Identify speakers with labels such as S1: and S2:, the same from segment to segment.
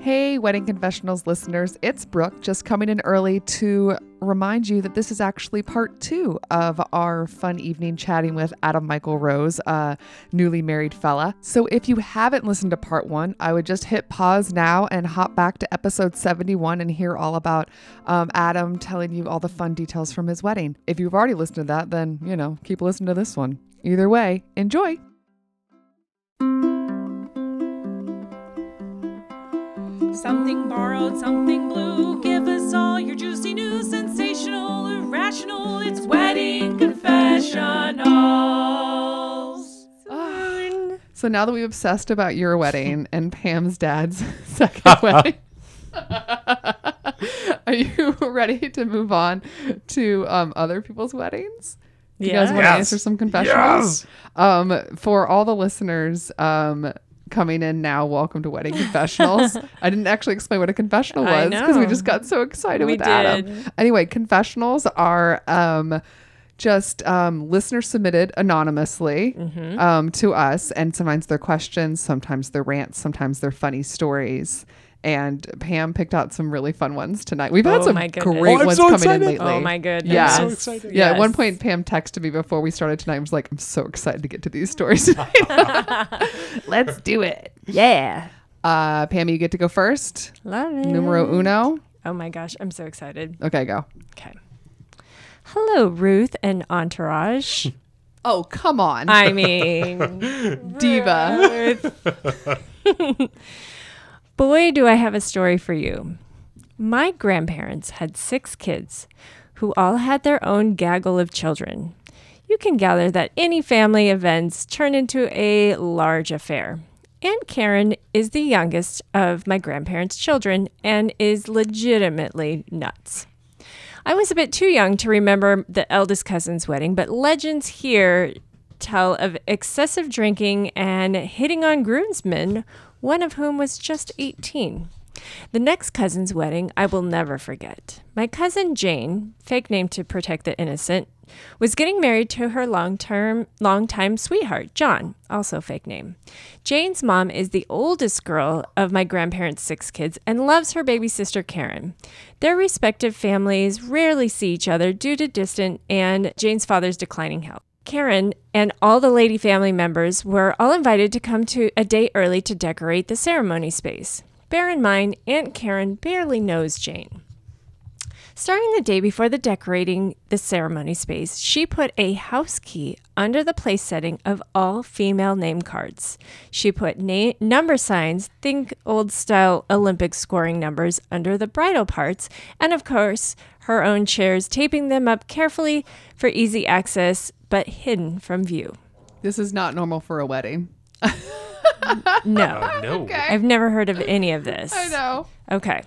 S1: Hey, Wedding Confessionals listeners, it's Brooke just coming in early to remind you that this is actually part two of our fun evening chatting with Adam Michael Rose, a newly married fella. So if you haven't listened to part one, I would just hit pause now and hop back to episode 71 and hear all about um, Adam telling you all the fun details from his wedding. If you've already listened to that, then, you know, keep listening to this one. Either way, enjoy.
S2: Something borrowed, something blue. Give us all your juicy news, sensational, irrational. It's wedding confessionals.
S1: So now that we've obsessed about your wedding and Pam's dad's second wedding, are you ready to move on to um, other people's weddings? Do You guys want to
S3: Yes.
S1: answer some confessionals?
S3: Yes.
S1: Um, for all the listeners um, coming in now, welcome to Wedding Confessionals. I didn't actually explain what a confessional
S2: I
S1: was because we
S2: know.
S1: just got so excited
S2: We
S1: with Adam.
S2: did.
S1: Anyway, confessionals are um, just um, listener submitted anonymously
S2: Mm-hmm.
S1: um, to us, and sometimes they're questions, sometimes they're rants, sometimes they're funny stories. And Pam picked out some really fun ones tonight. We've had
S2: Oh
S1: some
S2: my
S1: great
S2: goodness. Oh,
S3: I'm
S1: ones
S3: so
S1: coming in
S3: excited.
S1: lately.
S2: Oh my goodness.
S1: Yeah.
S3: I'm so excited.
S1: Yeah, at one
S2: Yes.
S1: point Pam texted me before we started tonight. I was like, I'm so excited to get to these stories. Let's do it.
S2: Yeah.
S1: Uh, Pam, you get to go first.
S2: Love it.
S1: Numero uno.
S2: Oh my gosh, I'm so excited.
S1: Okay, go.
S2: Okay. Hello, Ruth and Entourage.
S1: Oh, come on.
S2: I mean,
S1: Diva.
S2: Boy, do I have a story for you. My grandparents had six kids who all had their own gaggle of children. You can gather that any family events turn into a large affair. Aunt Karen is the youngest of my grandparents' children and is legitimately nuts. I was a bit too young to remember the eldest cousin's wedding, but legends here tell of excessive drinking and hitting on groomsmen, one of whom was just 18. The next cousin's wedding I will never forget. My cousin Jane, fake name to protect the innocent, was getting married to her long-term longtime sweetheart, John, also fake name. Jane's mom is the oldest girl of my grandparents' six kids and loves her baby sister Karen. Their respective families rarely see each other due to distant and Jane's father's declining health. Karen and all the lady family members were all invited to come to a day early to decorate the ceremony space. Bear in mind, Aunt Karen barely knows Jane. Starting the day before the decorating the ceremony space, she put a house key under the place setting of all female name cards. She put na- number signs, think old style Olympic scoring numbers, under the bridal parts, and of course, her own chairs, taping them up carefully for easy access but hidden from view.
S1: This is not normal for a wedding.
S2: No,
S3: No.
S2: I've never heard of any of this.
S1: I know.
S2: Okay.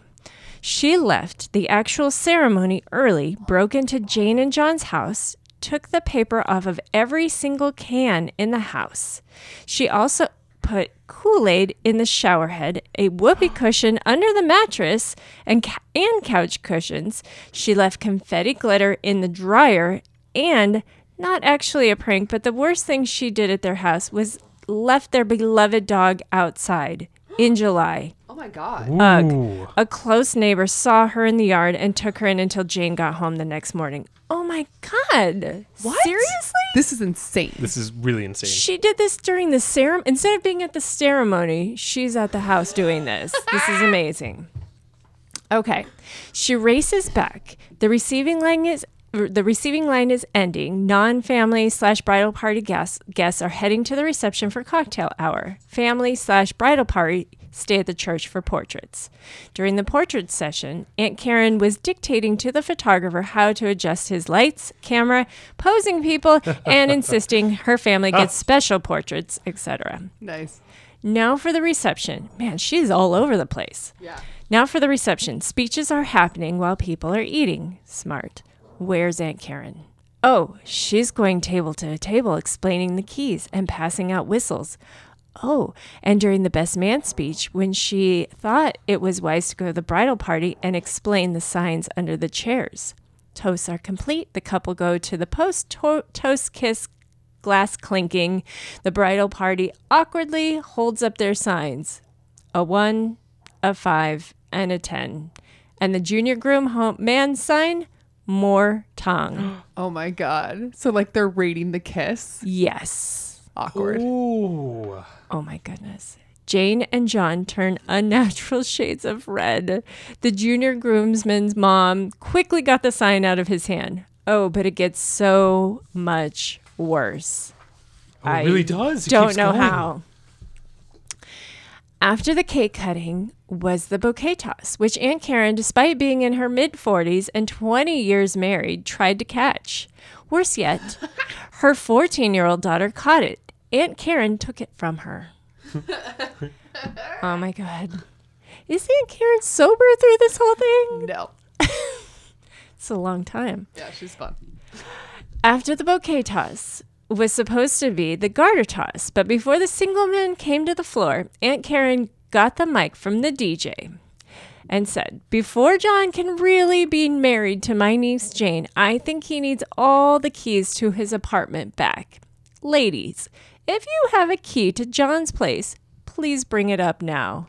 S2: She left the actual ceremony early, broke into Jane and John's house, took the paper off of every single can in the house. She also put Kool Aid in the shower head, a whoopee cushion under the mattress, and, ca- and couch cushions. She left confetti glitter in the dryer, and not actually a prank, but the worst thing she did at their house was left their beloved dog outside in July.
S1: Oh my God.
S3: Ooh.
S2: A close neighbor saw her in the yard and took her in until Jane got home the next morning. Oh my God. What? Seriously?
S1: This is insane.
S3: This is really insane.
S2: She did this during the ceremony. Instead of being at the ceremony, she's at the house doing this. this is amazing. Okay. She races back. The receiving line is er, the receiving line is ending. Non-family slash bridal party guests guests are heading to the reception for cocktail hour. Family slash bridal party stay at the church for portraits. During the portrait session, Aunt Karen was dictating to the photographer how to adjust his lights, camera, posing people, and insisting her family gets special portraits, etc.
S1: Nice.
S2: Now for the reception. Man, she's all over the place.
S1: Yeah.
S2: Now for the reception. Speeches are happening while people are eating. Smart. Where's Aunt Karen? Oh, she's going table to table explaining the keys and passing out whistles. Oh, and during the best man speech, when she thought it was wise to go to the bridal party and explain the signs under the chairs. Toasts are complete. The couple go to the post to- toast kiss glass clinking. The bridal party awkwardly holds up their signs a one, a a 5, and a 10. And the junior groom home man sign, more tongue.
S1: Oh my god. So like they're rating the kiss.
S2: yes.
S1: Awkward.
S3: Ooh.
S2: Oh my goodness. Jane and John turn unnatural shades of red. The junior groomsman's mom quickly got the sign out of his hand. Oh, but it gets so much worse.
S3: Oh, it really does. It
S2: don't
S3: keeps
S2: know
S3: going.
S2: how. After the cake cutting was the bouquet toss, which Aunt Karen, despite being in her mid 40s and 20 years married, tried to catch. Worse yet, her 14 year old daughter caught it. Aunt Karen took it from her. oh my God. Is Aunt Karen sober through this whole thing?
S1: No.
S2: It's a long time.
S1: Yeah, she's fun.
S2: After the bouquet toss was supposed to be the garter toss, but before the single man came to the floor, Aunt Karen got the mic from the DJ and said, Before John can really be married to my niece Jane, I think he needs all the keys to his apartment back. Ladies, if you have a key to John's place, please bring it up now.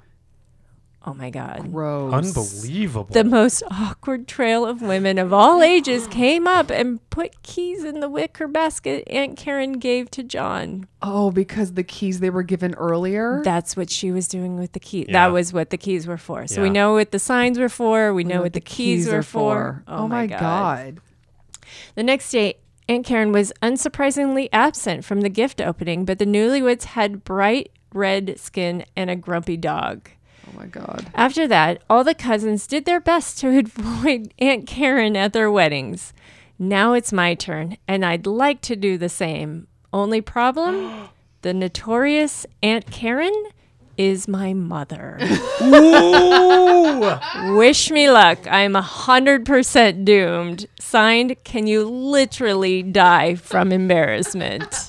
S2: Oh my God.
S1: Rose.
S3: Unbelievable.
S2: The most awkward trail of women of all ages came up and put keys in the wicker basket Aunt Karen gave to John.
S1: oh, because the keys they were given earlier.
S2: That's what she was doing with the keys.
S3: Yeah.
S2: That was what the keys were for. So we
S3: Yeah.
S2: know what the signs were for. We know what the, keys, were for.
S1: Oh, my god.
S2: The next day, Aunt Karen was unsurprisingly absent from the gift opening, but the newlyweds had bright red skin and a grumpy dog.
S1: Oh my god.
S2: After that, all the cousins did their best to avoid Aunt Karen at their weddings. Now it's my turn, and I'd like to do the same. Only problem the notorious Aunt Karen is my mother.
S3: Ooh.
S2: Wish me luck. I'm 100% doomed. Signed, can you literally die from embarrassment?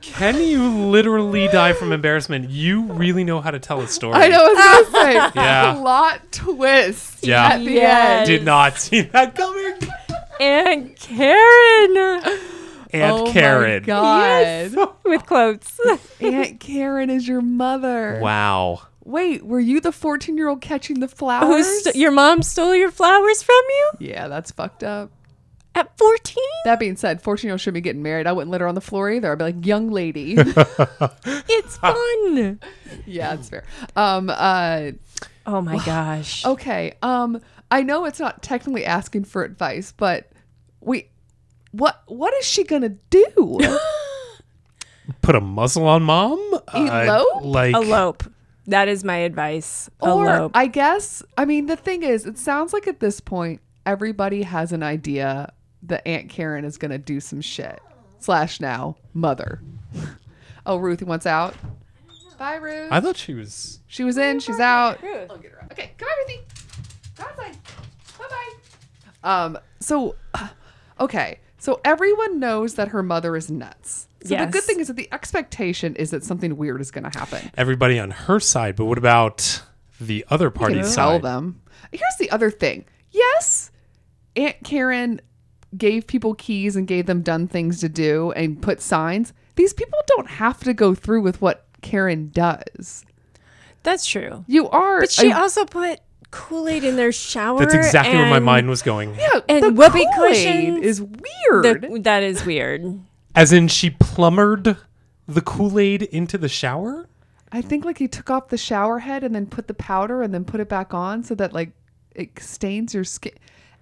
S3: Can you literally die from embarrassment? You really know how to tell a story.
S1: I know what I was gonna say.
S3: Yeah.
S1: Plot twist.
S3: Yeah.
S1: At the
S2: Yes.
S1: end.
S3: Did not see that coming.
S2: Aunt Karen!
S3: Aunt
S1: oh
S3: Karen.
S1: My god.
S2: Yes. With quotes.
S1: Aunt Karen is your mother.
S3: Wow.
S1: Wait, were you the 14 year old catching the flowers?
S2: Who st- your mom stole your flowers from you?
S1: yeah, that's fucked up.
S2: At 14?
S1: That being said, 14 year old shouldn't be getting married. I wouldn't let her on the floor either. I'd be like, young lady.
S2: It's fun.
S1: yeah, that's fair. Um, uh,
S2: Oh my gosh.
S1: okay. Um, I know it's not technically asking for advice, but we, what, what is she gonna do?
S3: Put a muzzle on mom? Uh,
S1: Elope?
S3: like
S2: Elope. That is my advice.
S1: or
S2: Elope.
S1: I guess, I mean, the thing is, it sounds like at this point everybody has an idea that Aunt Karen is gonna do some shit. Slash now mother. oh, Ruthie wants out. Bye, Ruth.
S3: I thought she was
S1: She was in, she's out. I'll get her out. Okay, come on, Ruthie. Go outside. Bye bye. Um, so, uh, okay. So everyone knows that her mother is nuts. So the good
S2: Yes.
S1: thing is that the expectation is that something weird is going to happen.
S3: everybody on her side, but what about the other
S1: You
S3: party
S1: can tell
S3: side?
S1: them. Here's the other thing. Yes, Aunt Karen gave people keys and gave them done things to do and put signs. These people don't have to go through with what Karen does.
S2: That's true.
S1: You are.
S2: But she
S1: a-
S2: also put Kool Aid in their shower.
S3: That's exactly where my
S2: and
S3: mind was going.
S1: Yeah,
S2: and
S1: the
S2: whoopee
S1: Kool-Aid
S2: cushions.
S1: is weird.
S2: the- that is weird.
S3: As in she plumbered the Kool-Aid into the shower?
S1: I think like he took off the shower head and then put the powder and then put it back on so that like it stains your skin.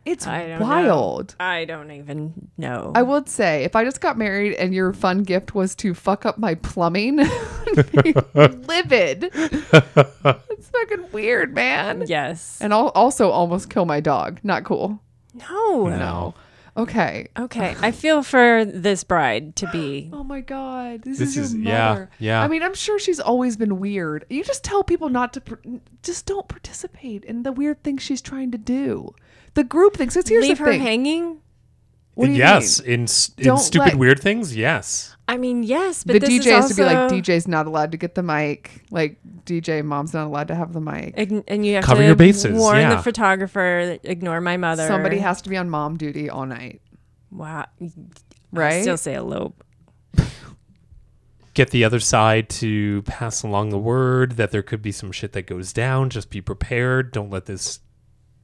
S1: It's
S2: I don't know.
S1: wild.
S2: I don't even know.
S1: I would say if I just got married and your fun gift was to fuck up my plumbing, I'd be livid. It's fucking weird, man.
S2: yes.
S1: And I'll also almost kill my dog. Not cool.
S2: No.
S3: No.
S1: Okay.
S2: Okay. I feel for this bride to be.
S1: Oh my god, this,
S3: This
S1: is your
S3: is- yeah,
S1: mother.
S3: yeah.
S1: I mean, I'm sure she's always been weird. You just tell people not to, par- just don't participate in the weird things she's trying to do. The group thinks it's here's
S2: leave
S1: the
S2: her
S1: thing.
S2: hanging?
S1: What do you
S3: yes,
S1: mean?
S3: in s- in
S1: Don't
S3: stupid
S1: let-
S3: weird things, yes.
S2: I mean, yes, but
S1: the
S2: this
S1: DJ
S2: is
S1: has
S2: also,
S1: to be like DJ's not allowed to get the mic. Like DJ mom's not allowed to have the mic.
S2: Ign- and you have
S3: Cover
S2: to
S3: your bases,
S2: warn the
S3: yeah.
S2: photographer. Ignore my mother.
S1: Somebody has to be on mom duty all night,
S2: Wow. I
S1: right?
S2: Still say elope.
S3: get the other side to pass along the word that there could be some shit that goes down. Just be prepared. Don't let this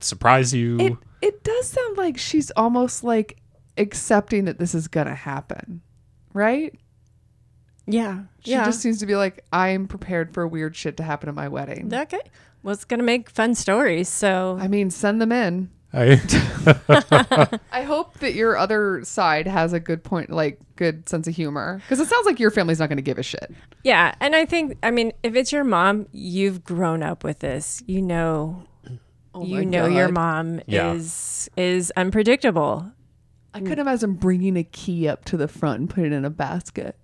S3: surprise you.
S1: It it does sound like she's almost like accepting that this is gonna happen, right?
S2: Yeah.
S1: She
S2: yeah.
S1: just seems to be like, I'm prepared for weird shit to happen at my wedding.
S2: okay. Well, it's gonna make fun stories. So
S1: I mean, send them in. I hope that your other side has a good point, like good sense of humor, because it sounds like your family's not going to give a shit.
S2: yeah, and I think I mean if it's your mom, you've grown up with this. You know,
S1: Oh
S2: you know your mom
S3: Yeah.
S2: is is unpredictable.
S1: I could imagine bringing a key up to the front and putting it in a basket.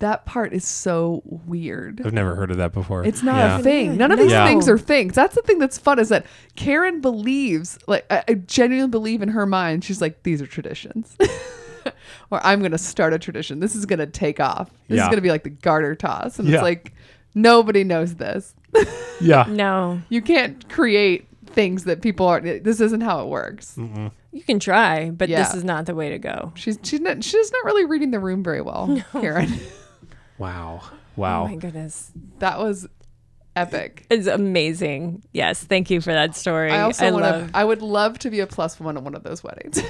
S1: That part is so weird.
S3: I've never heard of that before.
S1: It's not
S3: Yeah.
S1: a thing. None of these
S3: Yeah.
S1: things are things. That's the thing that's fun is that Karen believes, like, I, I genuinely believe in her mind, she's like, these are traditions. or I'm going to start a tradition. This is going to take off. This is
S3: Yeah.
S1: going to be like the garter toss. And
S3: Yeah.
S1: it's like, nobody knows this.
S3: Yeah.
S2: No,
S1: You can't create things that people aren't, this isn't how it works.
S3: Mm.
S2: you can try, but this
S1: Yeah.
S2: is not the way to go.
S1: She's, she's, not, she's not really reading the room very well, Karen.
S3: Wow.
S2: Oh
S3: Wow.
S2: my goodness,
S1: That was epic.
S2: it's amazing. Yes, thank you for that story.
S1: I
S2: I,
S1: also want
S2: love.
S1: to. I would love to be a plus one at one of those weddings.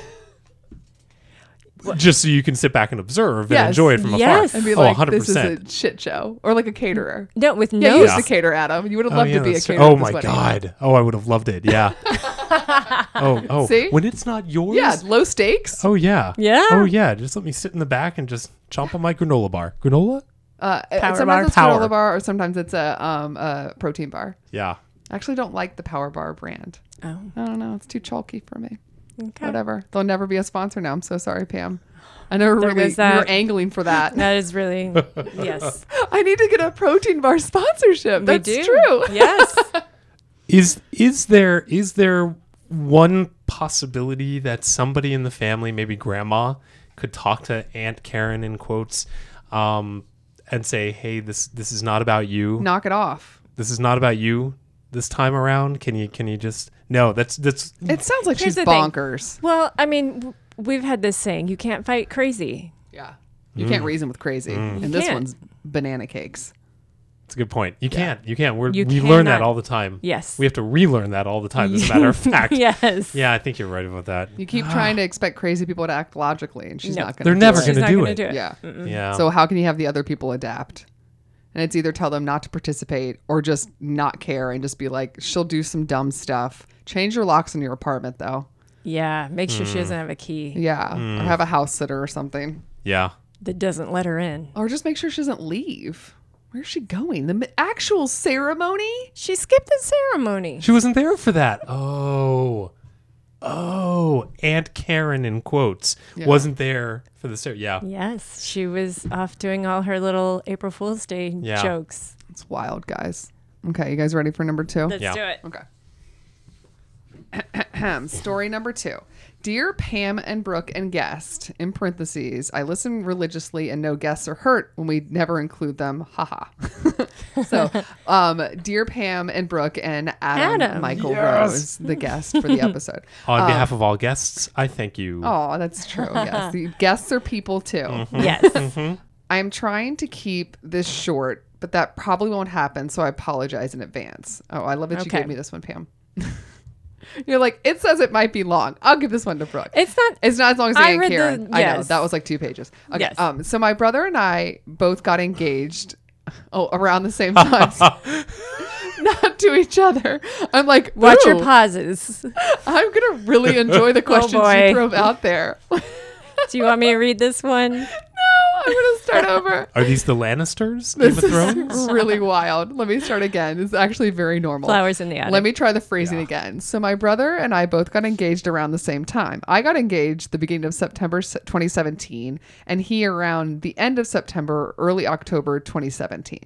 S3: Just so you can sit back and observe
S1: Yes.
S3: and enjoy it from
S2: Yes.
S3: afar.
S1: and be
S3: oh,
S1: like,
S3: 100%.
S1: this is a shit show, or like a caterer.
S2: No, with
S1: Yeah,
S2: no
S1: you used to cater, Adam. You would have
S3: Oh,
S1: loved
S3: yeah,
S1: to be a
S3: that's true.
S1: caterer.
S3: Oh
S1: at this
S3: my
S1: wedding.
S3: god! Oh, I would have loved it. Yeah. oh, oh.
S1: See?
S3: When it's not yours.
S1: Yeah, low stakes.
S3: Oh yeah.
S2: Yeah.
S3: Oh yeah. Just let me sit in the back and just chomp on my granola bar. Granola?
S1: Uh, it-
S2: Oh, Power
S1: sometimes
S2: bar.
S1: it's
S3: Power.
S1: granola bar, or sometimes it's a um a protein bar.
S3: Yeah.
S1: I actually don't like the Power Bar brand.
S2: Oh,
S1: I don't know. It's too chalky for me.
S2: okay.
S1: Whatever. They'll never be a sponsor now. I'm so sorry, Pam. I never
S2: There
S1: really
S2: goes that.
S1: we were angling for that.
S2: That is really yes.
S1: I need to get a protein bar sponsorship. That's
S2: we do.
S1: true.
S2: Yes.
S3: Is is there is there one possibility that somebody in the family, maybe grandma, could talk to Aunt Karen in quotes, um, and say, "Hey, this this is not about you.
S1: Knock it off.
S3: This is not about you this time around. Can you can you just no? That's that's
S1: It sounds like she's
S2: Here's the thing.
S1: bonkers.
S2: Well, I mean, w- we've had this saying: you can't fight crazy.
S1: Yeah. You can't reason with crazy. And this
S2: Mm. can't.
S1: one's banana cakes.
S3: It's a good point. You can't. You can't. We're,
S2: You
S3: we learn that
S2: cannot.
S3: all the time.
S2: Yes.
S3: We have to relearn that all the time, as a matter of fact.
S2: yes.
S3: Yeah, I think you're right about that.
S1: You keep trying to expect crazy people to act logically, and she's
S2: No.
S1: not going to.
S3: They're never
S2: She's
S3: gonna
S2: not
S3: do
S2: gonna
S3: it.
S2: do it.
S1: Yeah.
S3: Yeah.
S1: So how can you have the other people adapt? And it's either tell them not to participate or just not care and just be like, she'll do some dumb stuff. Change your locks in your apartment though.
S2: Yeah. Make
S3: Hmm.
S2: sure she doesn't have a key
S1: Yeah. Or have a house sitter or something.
S3: yeah.
S2: that doesn't let her in.
S1: Or just make sure she doesn't leave. Where's she going? The mi- actual ceremony?
S2: She skipped the ceremony.
S3: She wasn't there for that. Oh. Oh, Aunt Karen in quotes wasn't there for the ser- yeah.
S2: Yes, she was off doing all her little April Fool's Day
S3: Yeah.
S2: jokes.
S1: It's wild, guys. Okay, you guys ready for number two?
S2: Let's
S3: Yeah.
S2: do it.
S1: Okay. Ahem. Story number two. Dear Pam and Brooke and guest, in parentheses, I listen religiously and no guests are hurt when we never include them. Haha. so, um, dear Pam and Brooke and Adam,
S2: Adam.
S1: Michael
S3: Yes.
S1: Rose, the guest for the episode.
S3: On behalf of all guests, I thank you.
S1: oh, that's true. Yes. The guests are people too.
S2: Yes.
S1: I'm trying to keep this short, but that probably won't happen, so I apologize in advance. Oh, I love that you
S2: Okay.
S1: gave me this one, Pam. You're like, it says it might be long. I'll give this one to Brooke.
S2: it's not.
S1: It's not as long as the
S2: I
S1: Aunt
S2: read the-
S1: Karen. I know
S2: yes.
S1: that was like two pages. Okay.
S2: Yes.
S1: Um. So my brother and I both got engaged. Oh, around the same time. Not to each other. I'm like,
S2: Watch your
S1: "Ooh,
S2: pauses.
S1: I'm gonna really enjoy the questions
S2: Oh, boy.
S1: you throw out there. no,
S2: Do you want me to read this one?
S1: I'm gonna start over.
S3: Are these the Lannisters? Game
S1: This
S3: of Thrones?
S1: is really wild. Let me start again. It's actually very normal.
S2: Flowers in the attic.
S1: Let me try the phrasing again. So my brother and I both got engaged around the same time. I got engaged the beginning of September s- 2017 and he around the end of September, early October 2017.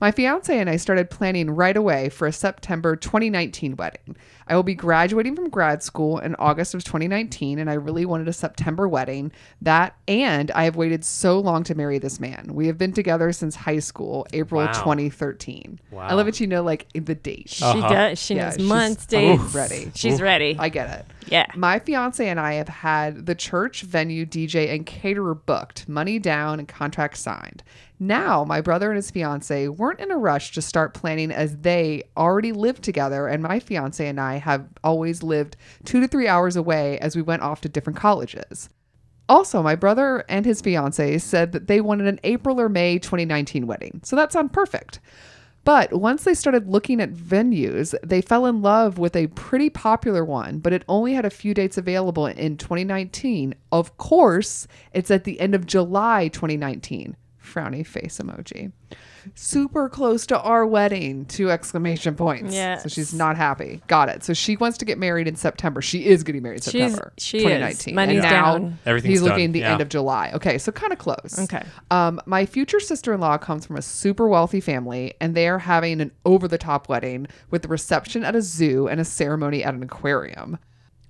S1: My fiance and I started planning right away for a September 2019 wedding. I will be graduating from grad school in August of 2019, and I really wanted a September wedding. That and I have waited so long to marry this man. We have been together since high school, April
S3: Wow.
S1: 2013. I
S3: Wow.
S1: love it. You know, like the date.
S3: Uh-huh.
S2: She does. She
S1: Yeah,
S2: knows
S1: she's-
S2: months,
S1: I'm
S2: dates.
S1: ready.
S2: She's ready.
S1: I get it.
S2: Yeah.
S1: My fiance and I have had the church venue DJ and caterer booked, money down, and contract signed. Now, my brother and his fiance weren't in a rush to start planning as they already lived together, and my fiance and I have always lived two to three hours away as we went off to different colleges. Also, my brother and his fiance said that they wanted an April or May 2019 wedding, so that sounded perfect. But once they started looking at venues, they fell in love with a pretty popular one, but it only had a few dates available in 2019. Of course, it's at the end of July 2019. Frowny face emoji. Super close to our wedding, two exclamation points. So
S2: Yes.
S1: she's not happy. Got it. So she wants to get married in September. She is getting married in
S2: She's-
S1: September
S2: she is.
S1: 2019. and
S2: Money's
S1: now
S2: down.
S3: Everything's
S1: he's looking
S3: done.
S1: at the
S3: Yeah.
S1: end of July. Okay, so kind of close.
S2: Okay.
S1: Um, my future sister in law comes from a super wealthy family, and they are having an over the top wedding with a reception at a zoo and a ceremony at an aquarium.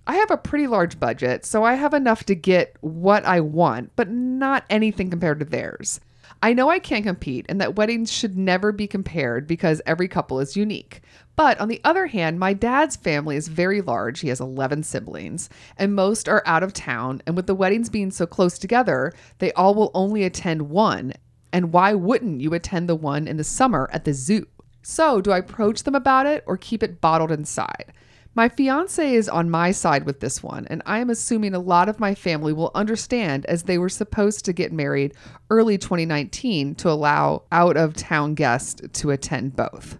S1: I have a pretty large budget, so I have enough to get what I want, but not anything compared to theirs. I know I can't compete and that weddings should never be compared because every couple is unique. But on the other hand, my dad's family is very large. He has 11 siblings, and most are out of town. And with the weddings being so close together, they all will only attend one. And why wouldn't you attend the one in the summer at the zoo? So, do I approach them about it or keep it bottled inside? My fiance is on my side with this one, and I am assuming a lot of my family will understand as they were supposed to get married early 2019 to allow out of town guests to attend both.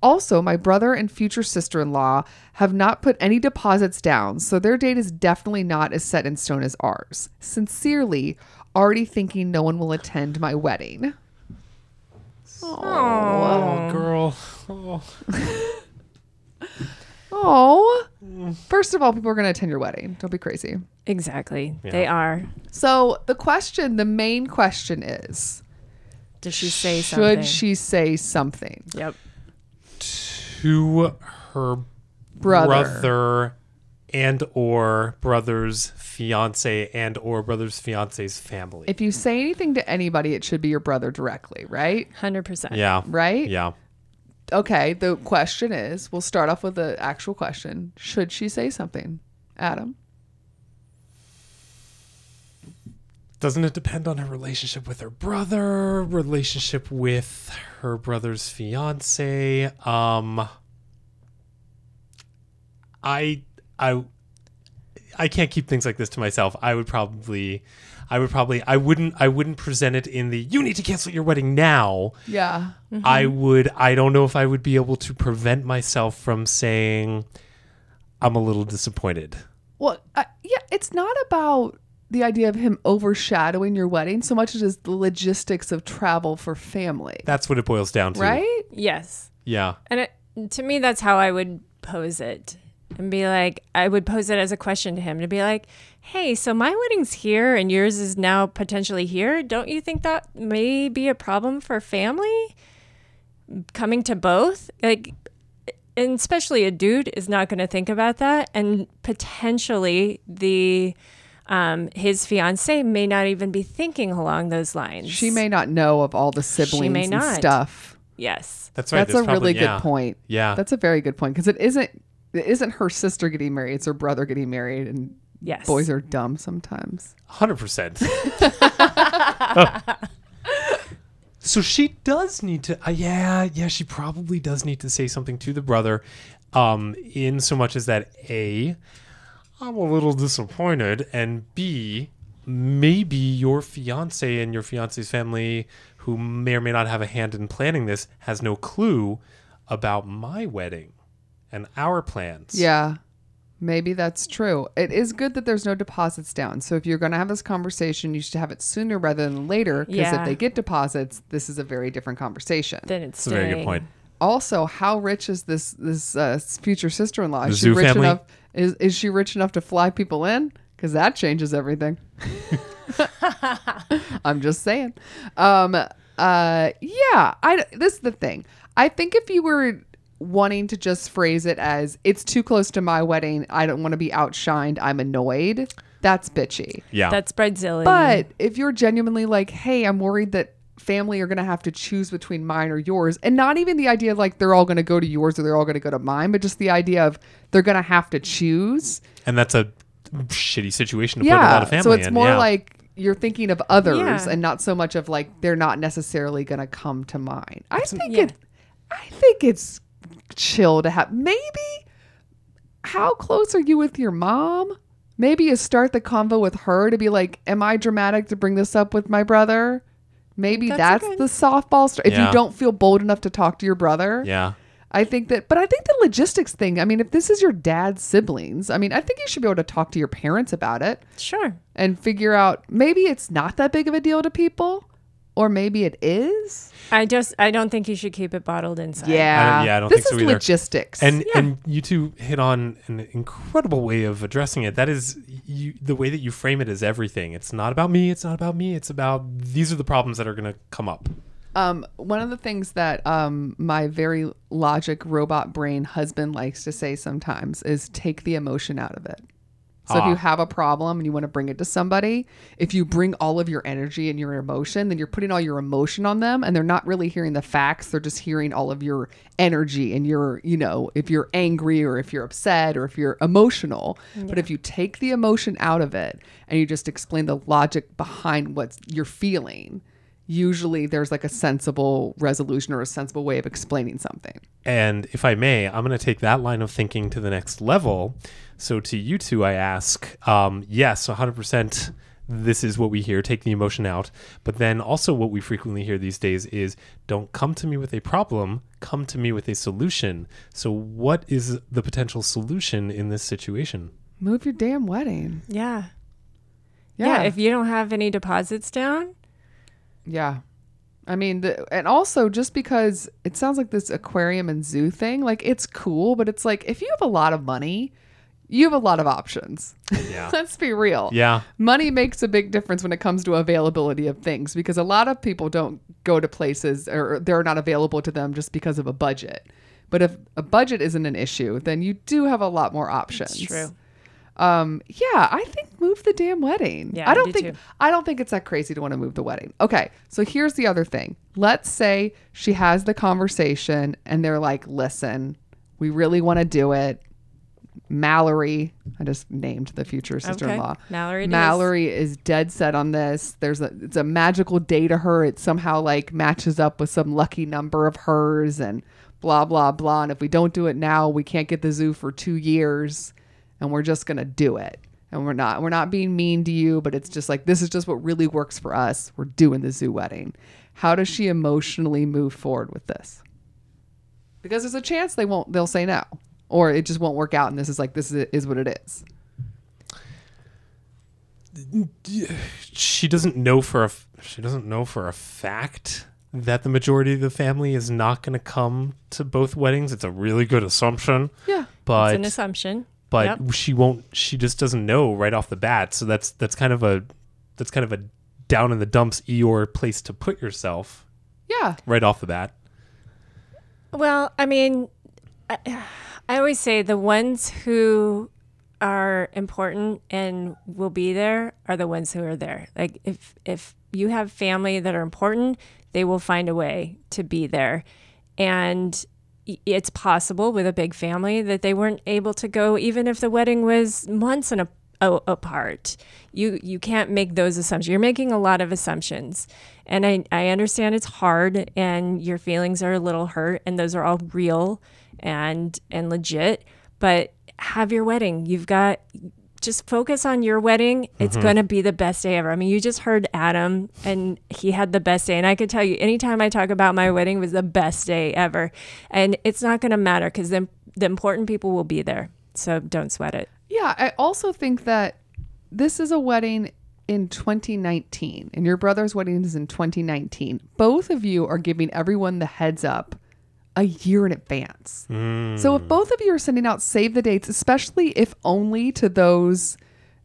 S1: Also, my brother and future sister in law have not put any deposits down, so their date is definitely not as set in stone as ours. Sincerely, already thinking no one will attend my wedding.
S3: Oh, girl. Oh.
S1: Oh, first of all, people are going to attend your wedding. Don't be crazy.
S2: Exactly. They are.
S1: So the question, the main question is,
S2: Does she say something?
S1: should she say something?
S2: Yep.
S3: To her
S1: Brother.
S3: brother and or brother's fiance and or brother's fiance's family.
S1: If you say anything to anybody, it should be your brother directly, right?
S2: 100%.
S3: yeah.
S1: Right?
S3: Yeah.
S1: Okay, the question is, we'll start off with the actual question. Should she say something? Adam?
S3: Doesn't it depend on her relationship with her brother, relationship with her brother's fiance? Um I I I can't keep things like this to myself. I would probably I would probably I wouldn't I wouldn't present it in the you need to cancel your wedding now.
S1: Yeah.
S3: I
S1: Mm-hmm.
S3: would I don't know if I would be able to prevent myself from saying I'm a little disappointed.
S1: Well, uh, yeah, it's not about the idea of him overshadowing your wedding so much as it is the logistics of travel for family,
S3: That's what it boils down to.
S1: right?
S2: Yes.
S3: Yeah.
S2: And it, to me, that's how I would pose it and be like, I would pose it as a question to him to be like, hey, so my wedding's here and yours is now potentially here. Don't you think that may be a problem for family coming to both? Like, and especially a dude is not going to think about that. And potentially the. Um, his fiance may not even be thinking along those lines.
S1: She may not know of all the siblings
S2: may
S1: and
S2: not.
S1: stuff.
S2: yes,
S3: That's right.
S1: That's
S3: there's
S1: a
S3: probably-
S1: really good
S3: yeah.
S1: point.
S3: Yeah.
S1: That's a very good point because it isn't it isn't her sister getting married; it's her brother getting married, and
S2: yes.
S1: boys are dumb sometimes.
S3: Hundred percent. So she does need to. Uh, yeah, yeah. She probably does need to say something to the brother, um, in so much as that a, I'm a little disappointed, and b, maybe your fiance and your fiance's family, who may or may not have a hand in planning this, has no clue about my wedding and our plans.
S1: Yeah, maybe that's true. It is good that there's no deposits down. So if you're going to have this conversation, you should have it sooner rather than later because
S2: Yeah.
S1: if they get deposits, this is a very different conversation.
S2: Then it's
S3: that's a very good
S2: staying.
S3: point.
S1: also, how rich is this this uh, future sister-in-law?
S3: The
S1: Is she
S3: zoo
S1: rich
S3: family?
S1: enough? Is is she rich enough to fly people in? Because that changes everything. I'm just saying. Um, uh, yeah, I this is the thing. I think if you were wanting to just phrase it as "It's too close to my wedding. I don't want to be outshined. I'm annoyed." That's bitchy.
S3: Yeah.
S2: That's Brazilian.
S1: But if you're genuinely like, hey, I'm worried that family are going to have to choose between mine or yours. And not even the idea of like they're all going to go to yours or they're all going to go to mine, but just the idea of they're going to have to choose.
S3: and that's a shitty situation to put a
S1: yeah.
S3: lot of family
S1: so it's
S3: in.
S1: more
S3: yeah.
S1: like you're thinking of others
S2: Yeah.
S1: and not so much of like they're not necessarily going to come to mine. I think
S2: yeah.
S1: it I think it's chill to have maybe how close are you with your mom? Maybe you start the convo with her to be like, "Am I dramatic to bring this up with my brother?" Maybe
S2: That's
S1: that's,
S2: a good-
S1: the softball. St- if
S3: Yeah.
S1: you don't feel bold enough to talk to your brother,
S3: yeah.
S1: I think that. But I think the logistics thing. I mean, if this is your dad's siblings, I mean, I think you should be able to talk to your parents about it
S2: Sure.
S1: and figure out maybe it's not that big of a deal to people, or maybe it is.
S2: I just I don't think you should keep it bottled inside.
S1: Yeah,
S3: yeah, I don't
S1: this
S3: think so
S1: is
S3: either.
S1: logistics.
S3: And and you two hit on an incredible way of addressing it. That is you the way that you frame it is everything. It's not about me, it's not about me, it's about these are the problems that are going to come up.
S1: Um, one of the things that um, my very logic robot brain husband likes to say sometimes is take the emotion out of it. So if
S3: Ah.
S1: you have a problem and you want to bring it to somebody, if you bring all of your energy and your emotion, then you're putting all your emotion on them and they're not really hearing the facts. They're just hearing all of your energy and your, you know, if you're angry or if you're upset or if you're emotional. But if you take the emotion out of it and you just explain the logic behind what you're feeling, usually there's like a sensible resolution or a sensible way of explaining something.
S3: And if I may, I'm going to take that line of thinking to the next level. So to you two, I ask, um, yes, 100%. This is what we hear. Take the emotion out. But then also, what we frequently hear these days is don't come to me with a problem, come to me with a solution. So, what is the potential solution in this situation?
S1: Move your damn wedding.
S2: Yeah.
S1: Yeah.
S2: yeah. If you don't have any deposits down,
S1: Yeah. I mean, the, and also just because it sounds like this aquarium and zoo thing, like it's cool, but it's like if you have a lot of money, you have a lot of options.
S3: Yeah.
S1: Let's be real.
S3: Yeah.
S1: Money makes a big difference when it comes to availability of things because a lot of people don't go to places or they're not available to them just because of a budget. But if a budget isn't an issue, then you do have a lot more options.
S2: it's true.
S1: Um, yeah, I think move the damn wedding.
S2: Yeah, I
S1: I don't
S2: do
S1: think
S2: too.
S1: I don't think it's that crazy to want to move the wedding. Okay, so here's the other thing. Let's say she has the conversation and they're like, "Listen, we really want to do it." Mallory, I just named the future sister-in-law.
S2: Mallory it is.
S1: Mallory is dead set on this. There's a it's a magical day to her. It somehow like matches up with some lucky number of hers and blah blah blah. And if we don't do it now, we can't get the zoo for two years, and we're just gonna do it. And we're not we're not being mean to you, but it's just like this is just what really works for us. We're doing the zoo wedding. How does she emotionally move forward with this? Because there's a chance they won't they'll say no. Or it just won't work out, and this is like this is, is what it is.
S3: she doesn't know for a f- she doesn't know for a fact that the majority of the family is not going to come to both weddings. It's a really good assumption,
S1: Yeah,
S2: It's an
S3: but
S2: assumption.
S3: but she won't. She just doesn't know right off the bat. So that's that's kind of a that's kind of a down in the dumps Eeyore place to put yourself
S1: yeah.
S3: right off the bat.
S2: Well, I mean, I, I always say the ones who are important and will be there are the ones who are there. Like if if you have family that are important, they will find a way to be there. And i- it's possible with a big family that they weren't able to go even if the wedding was months and a a- apart. You you can't make those assumptions. You're making a lot of assumptions. And I, I understand it's hard and your feelings are a little hurt and those are all real and and legit, but have your wedding. You've got just focus on your wedding. It's going to be the best day ever. I mean, you just heard Adam and he had the best day. And I could tell you anytime I talk about my wedding it was the best day ever. And it's not going to matter because the, the important people will be there. So don't sweat it.
S1: Yeah, I also think that this is a wedding in 2019 and your brother's wedding is in 2019. Both of you are giving everyone the heads up a year in advance. So if both of you are sending out save the dates, especially if only to those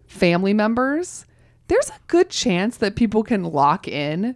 S1: family members, there's a good chance that people can lock in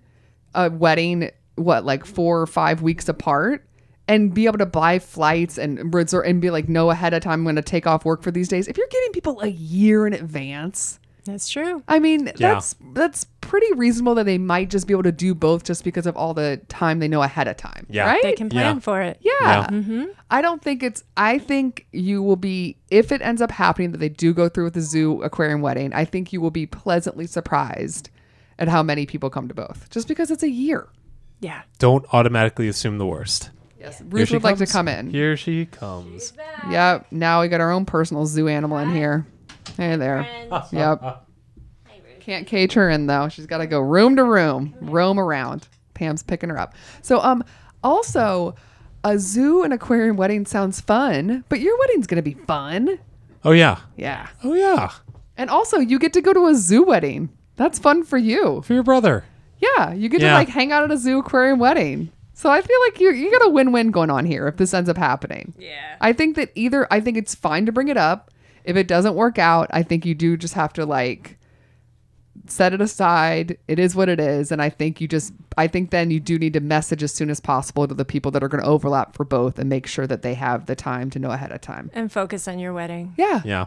S1: a wedding what like 4 or 5 weeks apart and be able to buy flights and resort and be like no ahead of time I'm going to take off work for these days. If you're giving people a year in advance,
S2: That's true.
S1: I mean, that's that's pretty reasonable that they might just be able to do both just because of all the time they know ahead of time.
S3: Yeah.
S1: Right?
S2: They can plan
S3: Yeah.
S2: for it.
S1: Yeah.
S3: Yeah.
S1: I don't think it's, I think you will be, if it ends up happening that they do go through with the zoo aquarium wedding, I think you will be pleasantly surprised at how many people come to both just because it's a year.
S2: Yeah.
S3: Don't automatically assume the worst.
S1: Yes.
S3: Here
S1: Ruth
S3: she
S1: would like to
S3: comes.
S1: come in.
S3: Here she comes.
S1: Yep. Now we got our own personal zoo animal in here. Hey there. Yep. Can't cage her in though. She's got to go room to room, roam around. Pam's picking her up. So um also a zoo and aquarium wedding sounds fun, but your wedding's going to be fun.
S3: Oh yeah.
S1: Yeah.
S3: Oh yeah.
S1: And also you get to go to a zoo wedding. That's fun for you.
S3: For your brother.
S1: Yeah, you get to
S3: Yeah.
S1: like hang out at a zoo aquarium wedding. So I feel like you you got a win-win going on here if this ends up happening.
S2: Yeah.
S1: I think that either I think it's fine to bring it up. If it doesn't work out, I think you do just have to like set it aside. It is what it is, and I think you just I think then you do need to message as soon as possible to the people that are going to overlap for both and make sure that they have the time to know ahead of time.
S2: And focus on your wedding.
S1: Yeah.
S3: Yeah.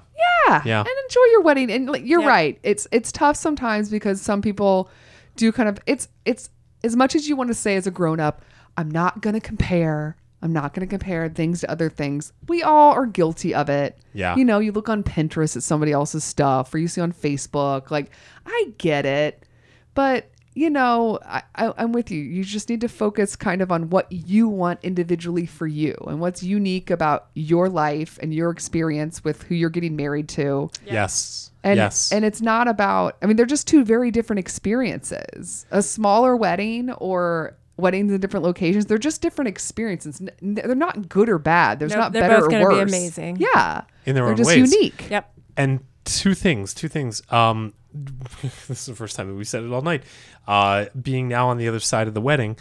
S1: Yeah.
S3: Yeah.
S1: And enjoy your wedding. And like, you're
S2: Yep.
S1: right. It's it's tough sometimes because some people do kind of it's it's as much as you want to say as a grown up, I'm not gonna compare. I'm not gonna compare things to other things. We all are guilty of it.
S3: Yeah.
S1: You know, you look on Pinterest at somebody else's stuff or you see on Facebook. Like, I get it. But you know, I, I, I'm with you. You just need to focus kind of on what you want individually for you and what's unique about your life and your experience with who you're getting married to.
S3: Yes.
S1: And,
S3: yes.
S1: and it's not about, I mean, they're just two very different experiences. A smaller wedding or weddings in different locations, they're just different experiences. N- n- They're not good or bad. There's
S2: Nope,
S1: not
S2: they're
S1: better
S2: both
S1: or
S2: gonna be
S1: worse.
S2: amazing.
S1: Yeah.
S3: In their
S1: they're
S3: own
S1: just
S3: ways.
S1: unique.
S2: Yep.
S3: and two things two things um this is the first time that we've said it all night uh being now on the other side of the wedding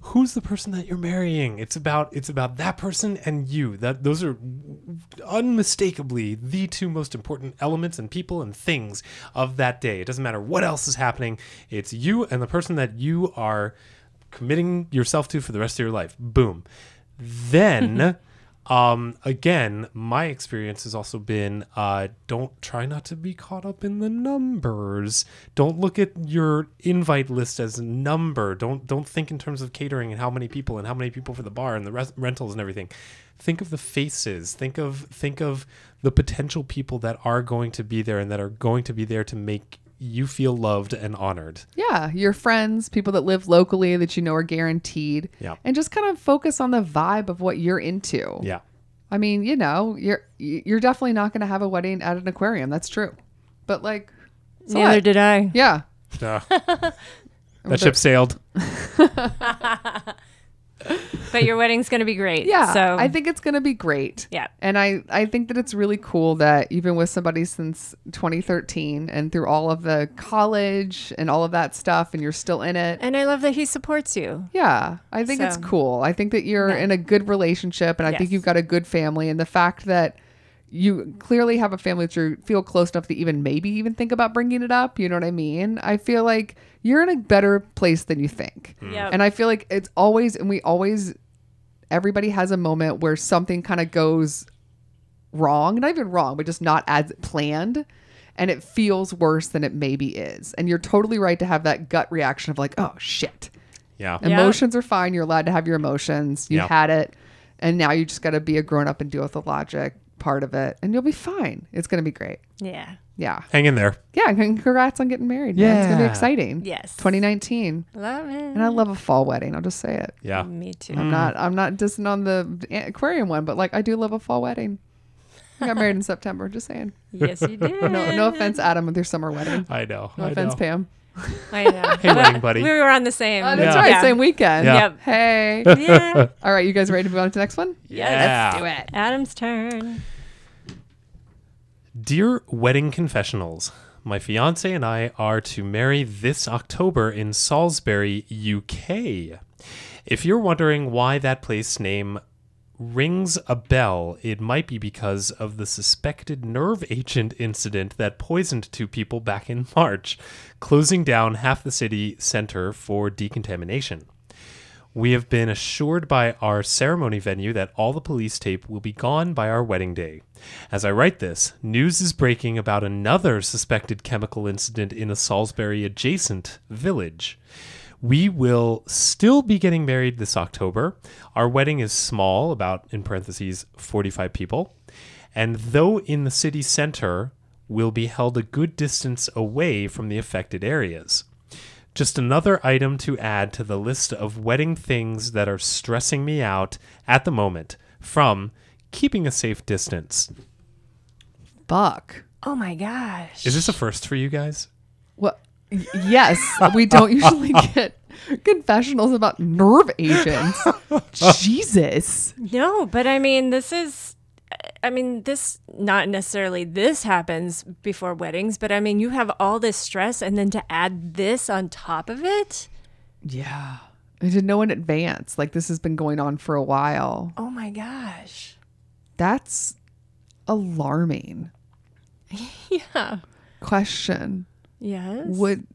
S3: who's the person that you're marrying it's about it's about that person and you that those are unmistakably the two most important elements and people and things of that day it doesn't matter what else is happening it's you and the person that you are committing yourself to for the rest of your life boom then um again my experience has also been uh don't try not to be caught up in the numbers don't look at your invite list as a number don't don't think in terms of catering and how many people and how many people for the bar and the res- rentals and everything think of the faces think of think of the potential people that are going to be there and that are going to be there to make you feel loved and honored
S1: Yeah, your friends, people that live locally that you know are guaranteed.
S3: Yeah.
S1: And just kind of focus on the vibe of what you're into.
S3: yeah
S1: I mean, you know, you're you're definitely not going to have a wedding at an aquarium. That's true. But like so
S2: Neither
S1: what?
S2: did I.
S1: Yeah. Oh.
S3: Ah. that ship sailed
S2: But your wedding's going to be great.
S1: Yeah.
S2: So
S1: I think it's going to be great.
S2: Yeah.
S1: And I I think that it's really cool that you've been with somebody since 2013 and through all of the college and all of that stuff and you're still in it.
S2: And I love that he supports you.
S1: Yeah, I think it's
S2: So-
S1: cool. I think that you're in a good relationship, and I think
S2: Yes.
S1: you've got a good family. And the fact that you clearly have a family that you feel close enough to even maybe even think about bringing it up, you know what I mean? I feel like you're in a better place than you think.
S2: Yep.
S1: And I feel like it's always, and we always, everybody has a moment where something kind of goes wrong, not even wrong, but just not as planned. And it feels worse than it maybe is. And you're totally right to have that gut reaction of like, oh shit.
S3: yeah
S2: Yeah.
S1: Emotions are fine. You're allowed to have your emotions. You
S3: Yeah.
S1: had it. And now you just got to be a grown up and deal with the logic part of it. And you'll be fine. It's going to be great.
S2: Yeah.
S1: Yeah.
S3: hang in there
S1: Yeah. and Congrats on getting married. Yeah. It's going to be
S3: Yeah.
S1: exciting.
S2: Yes.
S1: 2019.
S2: Love it.
S1: And I love a fall wedding. I'll just say it.
S3: yeah
S2: Me too.
S3: Mm.
S1: I'm not, I'm not dissing on the aquarium one, but like I do love a fall wedding. I got married in September. Just saying.
S2: yes, you did.
S1: No, no offense, Adam, with your summer wedding.
S3: I know.
S1: No
S3: I
S1: offense,
S3: know.
S1: Pam.
S2: I know.
S3: Hey, wedding buddy.
S2: We were on the same.
S1: Oh, that's
S3: Yeah.
S1: right. Same weekend.
S3: Yeah.
S2: Yep.
S1: Hey.
S2: Yeah.
S1: All right. You guys ready to move on to the next one?
S3: Yeah.
S1: Do it.
S2: Adam's turn.
S3: Dear Wedding Confessionals, my fiance and I are to marry this October in Salisbury, UK. If you're wondering why that place name rings a bell, it might be because of the suspected nerve agent incident that poisoned two people back in March, closing down half the city center for decontamination. We have been assured by our ceremony venue that all the police tape will be gone by our wedding day. As I write this, news is breaking about another suspected chemical incident in a Salisbury adjacent village. We will still be getting married this October. Our wedding is small, about in parentheses 45 people. And though in the city center, will be held a good distance away from the affected areas. Just another item to add to the list of wedding things that are stressing me out at the moment from keeping a safe distance.
S1: Fuck.
S2: Oh my gosh.
S3: Is this a first for you guys?
S1: Well, y- yes, we don't usually get confessionals about nerve agents. Jesus.
S2: No, but I mean, this is. I mean, this not necessarily this happens before weddings, but I mean, you have all this stress, and then to add this on top of it.
S1: Yeah. I didn't know in advance. Like this has been going on for a while.
S2: Oh my gosh.
S1: That's alarming.
S2: Yeah.
S1: Question.
S2: Yes.
S1: Would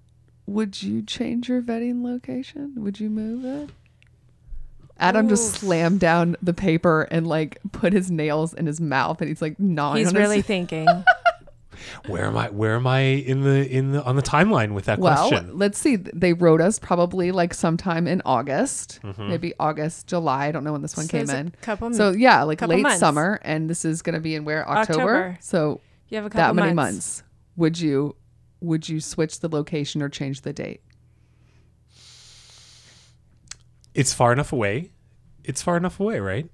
S1: would you change your vetting location? Would you move it? Adam just
S2: Oof.
S1: slammed down the paper and like put his nails in his mouth and he's like gnawing.
S2: He's
S1: on his-
S2: really thinking.
S3: Where am I where am I in the in the on the timeline with that
S1: well.
S3: question?
S1: Let's see. They wrote us probably like sometime in August,
S3: Mm-hmm.
S1: maybe August, July. I don't know when this one
S2: So
S1: came
S2: it's a
S1: in.
S2: couple m-
S1: so yeah, like
S2: couple
S1: late
S2: months.
S1: summer, and this is gonna be in where October.
S2: October.
S1: So
S2: You have a
S1: that
S2: couple
S1: many
S2: months.
S1: months. Would you would you switch the location or change the date?
S3: It's far enough away. It's far enough away, right?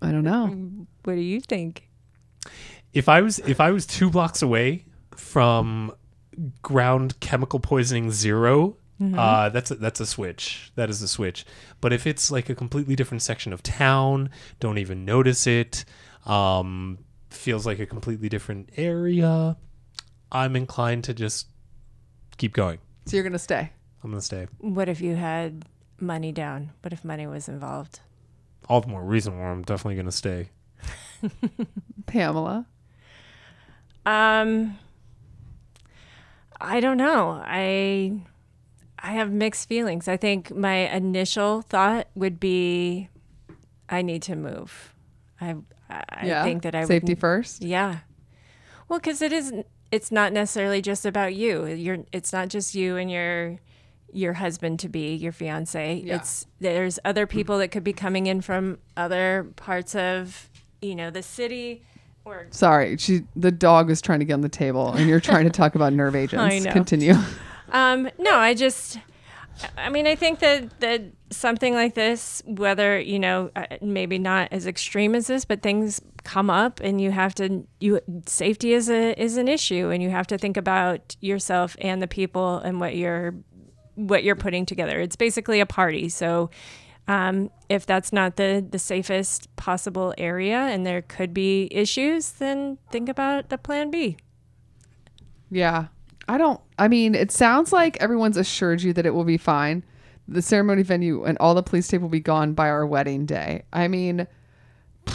S1: I don't know.
S2: What do you think?
S3: If I was if I was 2 blocks away from ground chemical poisoning 0,
S2: Mm-hmm.
S3: uh, that's a, that's a switch. That is a switch. But if it's like a completely different section of town, don't even notice it, um, feels like a completely different area, I'm inclined to just keep going.
S1: So you're gonna stay.
S3: I'm going to stay.
S2: What if you had money down? What if money was involved?
S3: All the more reason why I'm definitely going to stay.
S1: Pamela.
S2: Um, I don't know. I I have mixed feelings. I think my initial thought would be, I need to move. I I I think that I
S1: safety
S2: would,
S1: first.
S2: Yeah. Well, because it isn't. It's not necessarily just about you. You're. It's not just you and your your husband to be your fiance.
S1: Yeah.
S2: It's there's other people that could be coming in from other parts of you know the city or
S1: Sorry, she the dog is trying to get on the table, and you're trying to talk about nerve agents.
S2: I know.
S1: Continue.
S2: Um, no, I just, I mean, I think that that something like this, whether you know, uh, maybe not as extreme as this, but things come up, and you have to, you safety is a is an issue, and you have to think about yourself and the people and what you're what you're putting together. It's basically a party, so. Um, if that's not the, the safest possible area and there could be issues, then think about the plan B.
S1: Yeah. I don't I mean, it sounds like everyone's assured you that it will be fine. The ceremony venue and all the police tape will be gone by our wedding day. I mean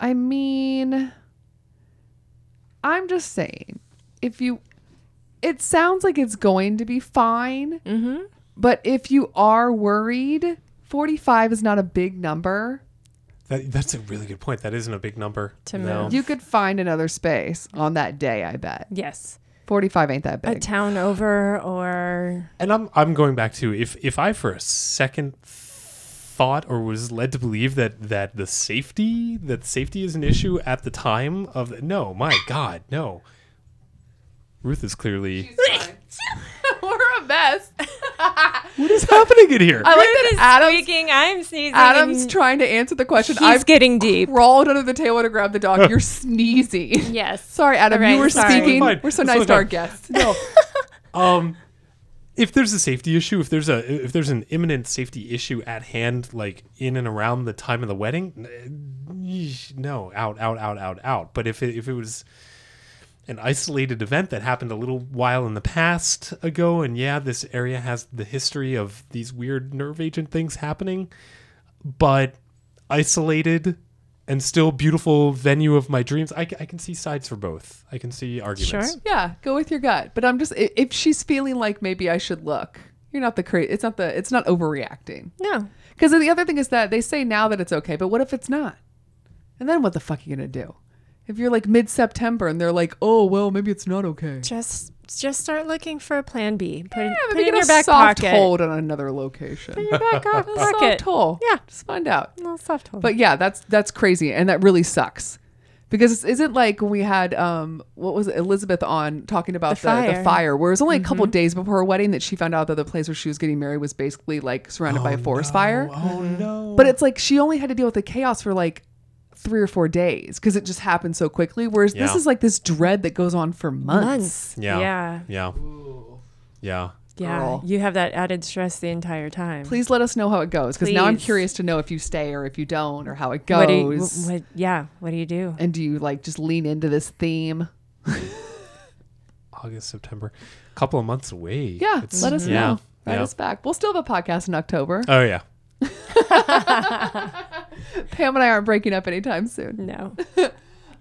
S1: I mean I'm just saying if you it sounds like it's going to be fine. Mm-hmm. But if you are worried, 45 is not a big number.
S3: That, that's a really good point. That isn't a big number.
S2: To move.
S1: You could find another space on that day, I bet.
S2: Yes.
S1: 45 ain't that
S2: a
S1: big.
S2: town over or
S3: And I'm I'm going back to if if I for a second thought or was led to believe that that the safety that safety is an issue at the time of no my god no Ruth is clearly
S1: We're a mess.
S3: what is happening in here
S1: I like that Adam's,
S2: squeaking, I'm sneezing.
S1: Adam's
S2: and
S1: trying to answer the question.
S2: he's
S1: I've
S2: getting deep.
S1: crawled under the table to grab the dog. You're sneezy.
S2: Yes.
S1: Sorry, Adam.
S2: All
S1: you
S2: right,
S1: were
S2: sorry.
S1: speaking.
S3: Fine.
S1: We're so
S3: It's
S1: nice to
S3: okay.
S1: our guests.
S3: no um if there's a safety issue if there's a if there's an imminent safety issue at hand like in and around the time of the wedding n- no out out out out out but if it, if it was an isolated event that happened a little while in the past ago and yeah this area has the history of these weird nerve agent things happening but isolated and still beautiful venue of my dreams i, c- I can see sides for both i can see arguments
S2: Sure.
S1: Yeah, go with your gut. But I'm just i- if she's feeling like maybe I should look, You're not the crazy. It's not the. It's not overreacting.
S2: No.
S1: Because the other thing is that they say now that it's okay, but what if it's not? And then what the fuck are you gonna do? If you're like mid September and they're like, oh well, maybe it's not okay.
S2: Just just start looking for a plan B. Put, it-
S1: Yeah,
S2: put
S1: maybe
S2: it in
S1: get
S2: your
S1: a
S2: back
S1: soft
S2: pocket.
S1: hold on another location.
S2: Your back o-
S1: A soft
S2: pocket.
S1: hole.
S2: Yeah.
S1: just find out.
S2: Little soft hold.
S1: But yeah, that's that's crazy, and that really sucks. Because it's- isn't like when we had um what was it, Elizabeth on talking about the,
S2: The
S1: the,
S2: fire. Mm-hmm.
S1: fire, where it was only a couple days before her wedding that she found out that the place where she was getting married was basically like surrounded by a forest fire.
S3: Oh no.
S1: But it's like she only had to deal with the chaos for like three or four days because it just happened so quickly. Whereas this
S3: Yeah.
S1: is like this dread that goes on for months.
S2: months.
S3: yeah.
S2: Yeah.
S3: Yeah. Yeah.
S2: Yeah.
S1: Girl.
S2: You have that added stress the entire time.
S1: Please let us know how it goes because now I'm
S2: Please.
S1: curious to know if you stay or if you don't or how it goes.
S2: What do you, wh- what, yeah. What do you do?
S1: and do you like just lean into this theme?
S3: August, September. A couple of months away.
S1: Yeah,
S3: It's-
S1: let us
S3: yeah,
S1: know. Write
S3: yeah.
S1: us back. We'll still have a podcast in October.
S3: Oh yeah.
S1: Pam and I aren't breaking up anytime soon.
S2: No.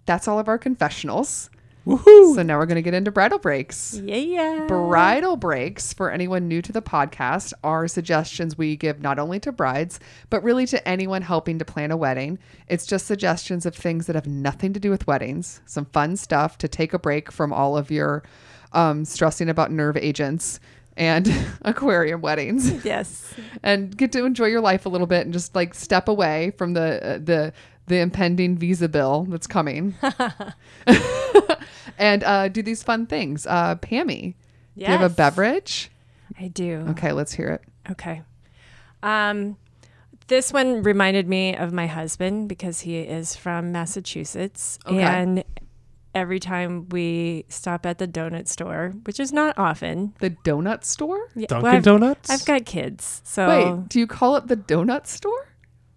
S1: That's all of our confessionals.
S3: Woohoo.
S1: So now we're going to get into bridal breaks.
S2: yeah. Yeah.
S1: Bridal breaks for anyone new to the podcast are suggestions we give not only to brides, but really to anyone helping to plan a wedding. It's just suggestions of things that have nothing to do with weddings, some fun stuff to take a break from all of your um, stressing about nerve agents and aquarium weddings
S2: yes.
S1: and get to enjoy your life a little bit and just like step away from the uh, the the impending visa bill that's coming and uh, do these fun things uh pammy do you have a
S2: Yes.
S1: beverage
S2: I do.
S1: okay let's hear it
S2: Okay. Um, this one reminded me of my husband because he is from Massachusetts.
S1: Okay.
S2: And every time we stop at the donut store, which is not often,
S1: the donut store
S2: yeah, well,
S3: Dunkin'
S2: I've,
S3: Donuts.
S2: I've got kids. So,
S1: wait do you call it the donut store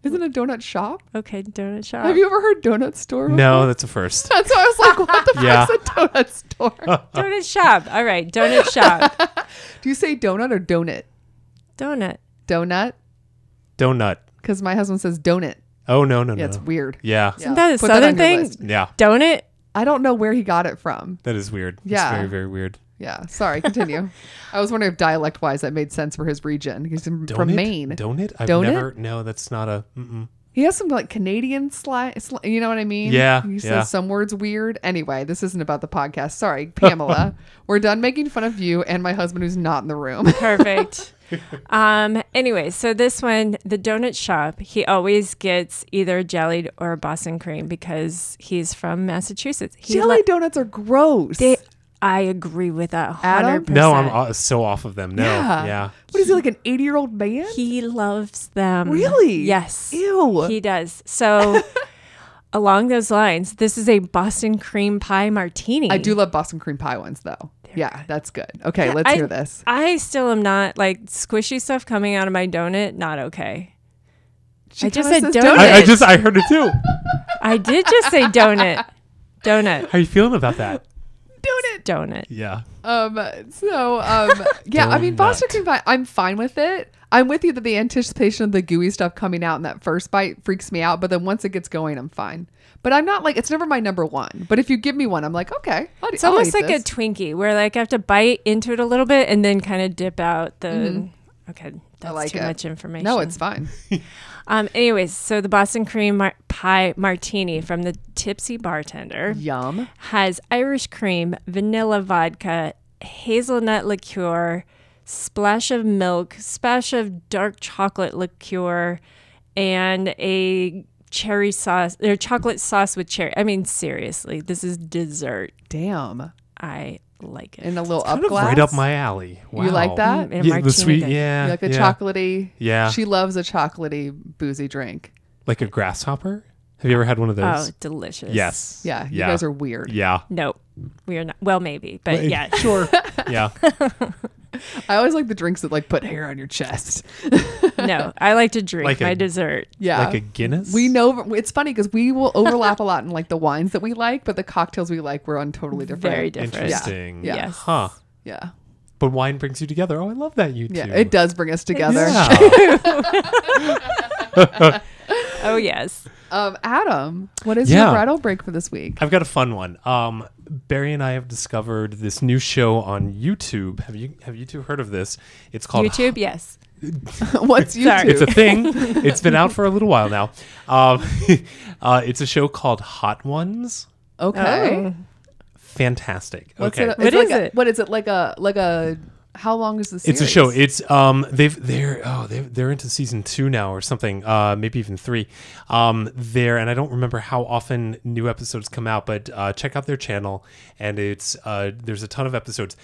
S1: isn't it a donut shop
S2: okay, donut shop.
S1: have you ever heard donut store before?
S3: no, that's a first.
S1: that's why i was like what the
S3: Yeah.
S1: fuck's a donut store
S3: Oh.
S2: donut shop. All right, donut shop.
S1: do you say donut or donut
S2: donut.
S1: donut
S3: Donut.
S1: because my husband says donut
S3: Oh no no
S1: yeah
S3: no.
S1: it's weird
S3: Yeah.
S1: Yeah.
S2: Isn't that a
S1: Put that on
S2: southern
S1: your
S2: thing?
S1: list.
S3: Yeah.
S2: Donut.
S1: I don't know where he got it from.
S3: That is weird.
S1: Yeah.
S3: It's very very weird.
S1: Yeah, sorry, continue. I was wondering if dialect wise that made sense for his region. He's from,
S3: Donut?
S1: from Maine.
S3: Donut. I've
S1: Donut?
S3: never. No, that's not a. Mm-mm.
S1: He has some like Canadian slang, sli you know what I mean?
S3: Yeah,
S1: He says
S3: yeah.
S1: some words weird. Anyway, this isn't about the podcast. Sorry, Pamela. We're done making fun of you and my husband who's not in the room.
S2: Perfect. um, anyway, so this one, the donut shop, he always gets either jellied or Boston cream because he's from Massachusetts. He
S1: Jelly
S2: li-
S1: donuts are gross.
S2: they, I agree with that.
S1: Adam?
S2: Hundred percent.
S3: No, I'm uh, so off of them. No.
S1: yeah.
S3: Yeah.
S1: What is he like an 80 year old man?
S2: He loves them.
S1: Really?
S2: Yes.
S1: Ew.
S2: He does. So. Along those lines, this is a Boston cream pie martini.
S1: I do love Boston cream pie ones though. yeah, that's good. Okay, let's
S2: I-
S1: hear this.
S2: I still am not like squishy stuff coming out of my donut. Not okay.
S1: She
S2: I just
S1: kinda
S2: said
S1: says
S2: donut.
S3: I, I
S2: Donut.
S3: just I heard it too.
S2: I did just say donut. Donut.
S3: How are you feeling about that?
S1: Donut.
S2: Donut.
S3: Yeah.
S1: Um. So. Um. Yeah. I mean, Boston
S3: Donut.
S1: cream pie. I'm fine with it. I'm with you that the anticipation of the gooey stuff coming out in that first bite freaks me out, but then once it gets going, I'm fine. But I'm not like it's never my number one. But if you give me one, I'm like, okay. I'll,
S2: It's almost like a Twinkie where like I have to bite into it a little bit and then kind of dip out the. Okay,
S1: Mm-hmm.
S2: that's
S1: like
S2: too
S1: it.
S2: much information.
S1: no, it's fine.
S2: Um. Anyways, so the Boston cream mar- pie martini from the Tipsy Bartender
S1: Yum.
S3: Mm-hmm.
S2: has Irish cream, vanilla vodka, hazelnut liqueur, splash of milk, splash of dark chocolate liqueur, and a cherry sauce or chocolate sauce with cherry. I mean, seriously, this is dessert.
S1: Damn.
S2: I like it.
S1: In a little up
S3: Kind of
S1: glass.
S3: right up my alley. Wow.
S1: You like that?
S2: Mm, and
S3: Yeah,
S2: martini
S3: the sweet.
S2: dish.
S1: You
S3: Yeah.
S1: like the
S3: yeah.
S1: chocolatey.
S3: Yeah.
S1: She loves a chocolatey boozy drink.
S3: Like a grasshopper. Have you ever had one of
S2: Oh,
S3: those?
S2: delicious.
S3: yes.
S1: Yeah. You
S3: yeah.
S1: guys are weird.
S3: Yeah.
S2: No, we are not. Well, maybe, but
S3: Wait,
S2: yeah.
S3: Sure. yeah.
S1: I always like the drinks that like put hair on your chest.
S2: No, I like to drink
S3: Like a-
S2: my dessert.
S1: Yeah.
S3: Like a Guinness.
S1: We know it's funny because we will overlap a lot in like the wines that we like, but the cocktails we like we're on totally different.
S2: Very different.
S3: Interesting.
S1: Yeah. Yeah.
S2: Yes.
S3: Huh.
S1: Yeah,
S3: But wine brings you together. Oh, I love that you
S1: yeah.
S3: two.
S1: It does bring us together.
S3: Yeah.
S2: Oh, yes.
S1: Um, Adam, what is
S3: Yeah.
S1: your bridal break for this week?
S3: I've got a fun one. Um, Barry and I have discovered this new show on YouTube. Have you have you two heard of this? It's called
S2: YouTube, yes.
S1: What's YouTube?
S3: It's a thing. it's been out for a little while now. Um, uh, it's a show called Hot Ones.
S1: okay.
S2: Oh.
S3: Fantastic.
S1: What's
S3: okay.
S1: it?
S2: What
S1: it's like
S2: is
S1: a-
S2: it?
S1: What is it like a like a? How long is the series?
S3: It's a show. It's um they've they're oh they they're into season two now or something uh maybe even three um there and I don't remember how often new episodes come out but uh, check out their channel and it's uh there's a ton of episodes.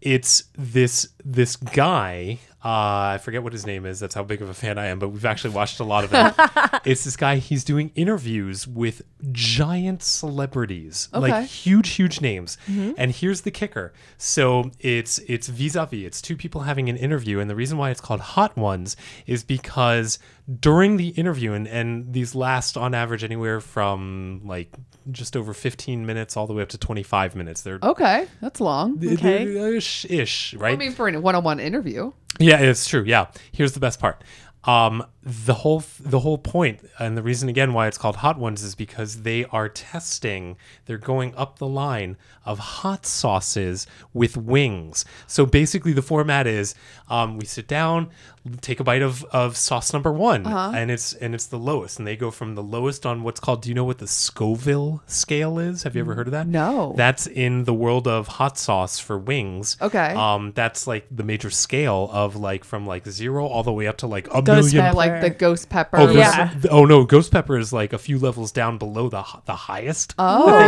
S3: It's this this guy uh I forget what his name is that's how big of a fan I am but we've actually watched a lot of it. it's this guy he's doing interviews with giant celebrities
S1: Okay.
S3: like huge huge names
S1: Mm-hmm.
S3: and here's the kicker so it's it's vis-a-vis it's two people having an interview and the reason why it's called hot ones is because during the interview and, and these last on average anywhere from like just over 15 minutes all the way up to 25 minutes they're
S1: okay. That's long.
S3: they're-
S2: okay.
S3: they're ish, ish right
S1: Oh, I mean, for a one-on-one interview.
S3: yeah, it's true. Yeah. Here's the best part. Um, the whole the whole point and the reason again why it's called hot ones is because they are testing. They're going up the line of hot sauces with wings. So basically, the format is um, we sit down, take a bite of, of sauce number one, and it's and it's the lowest, and they go from the lowest on what's called. Do you know what the Scoville scale is? Have you ever heard of that?
S1: No.
S3: That's in the world of hot sauce for wings.
S1: Okay.
S3: Um, that's like the major scale of like from like zero all the way up to like a
S2: Ghost
S3: million.
S1: I like the ghost pepper.
S3: oh, ghost-
S2: Yeah.
S3: oh no, ghost pepper is like a few levels down below the h- the highest. that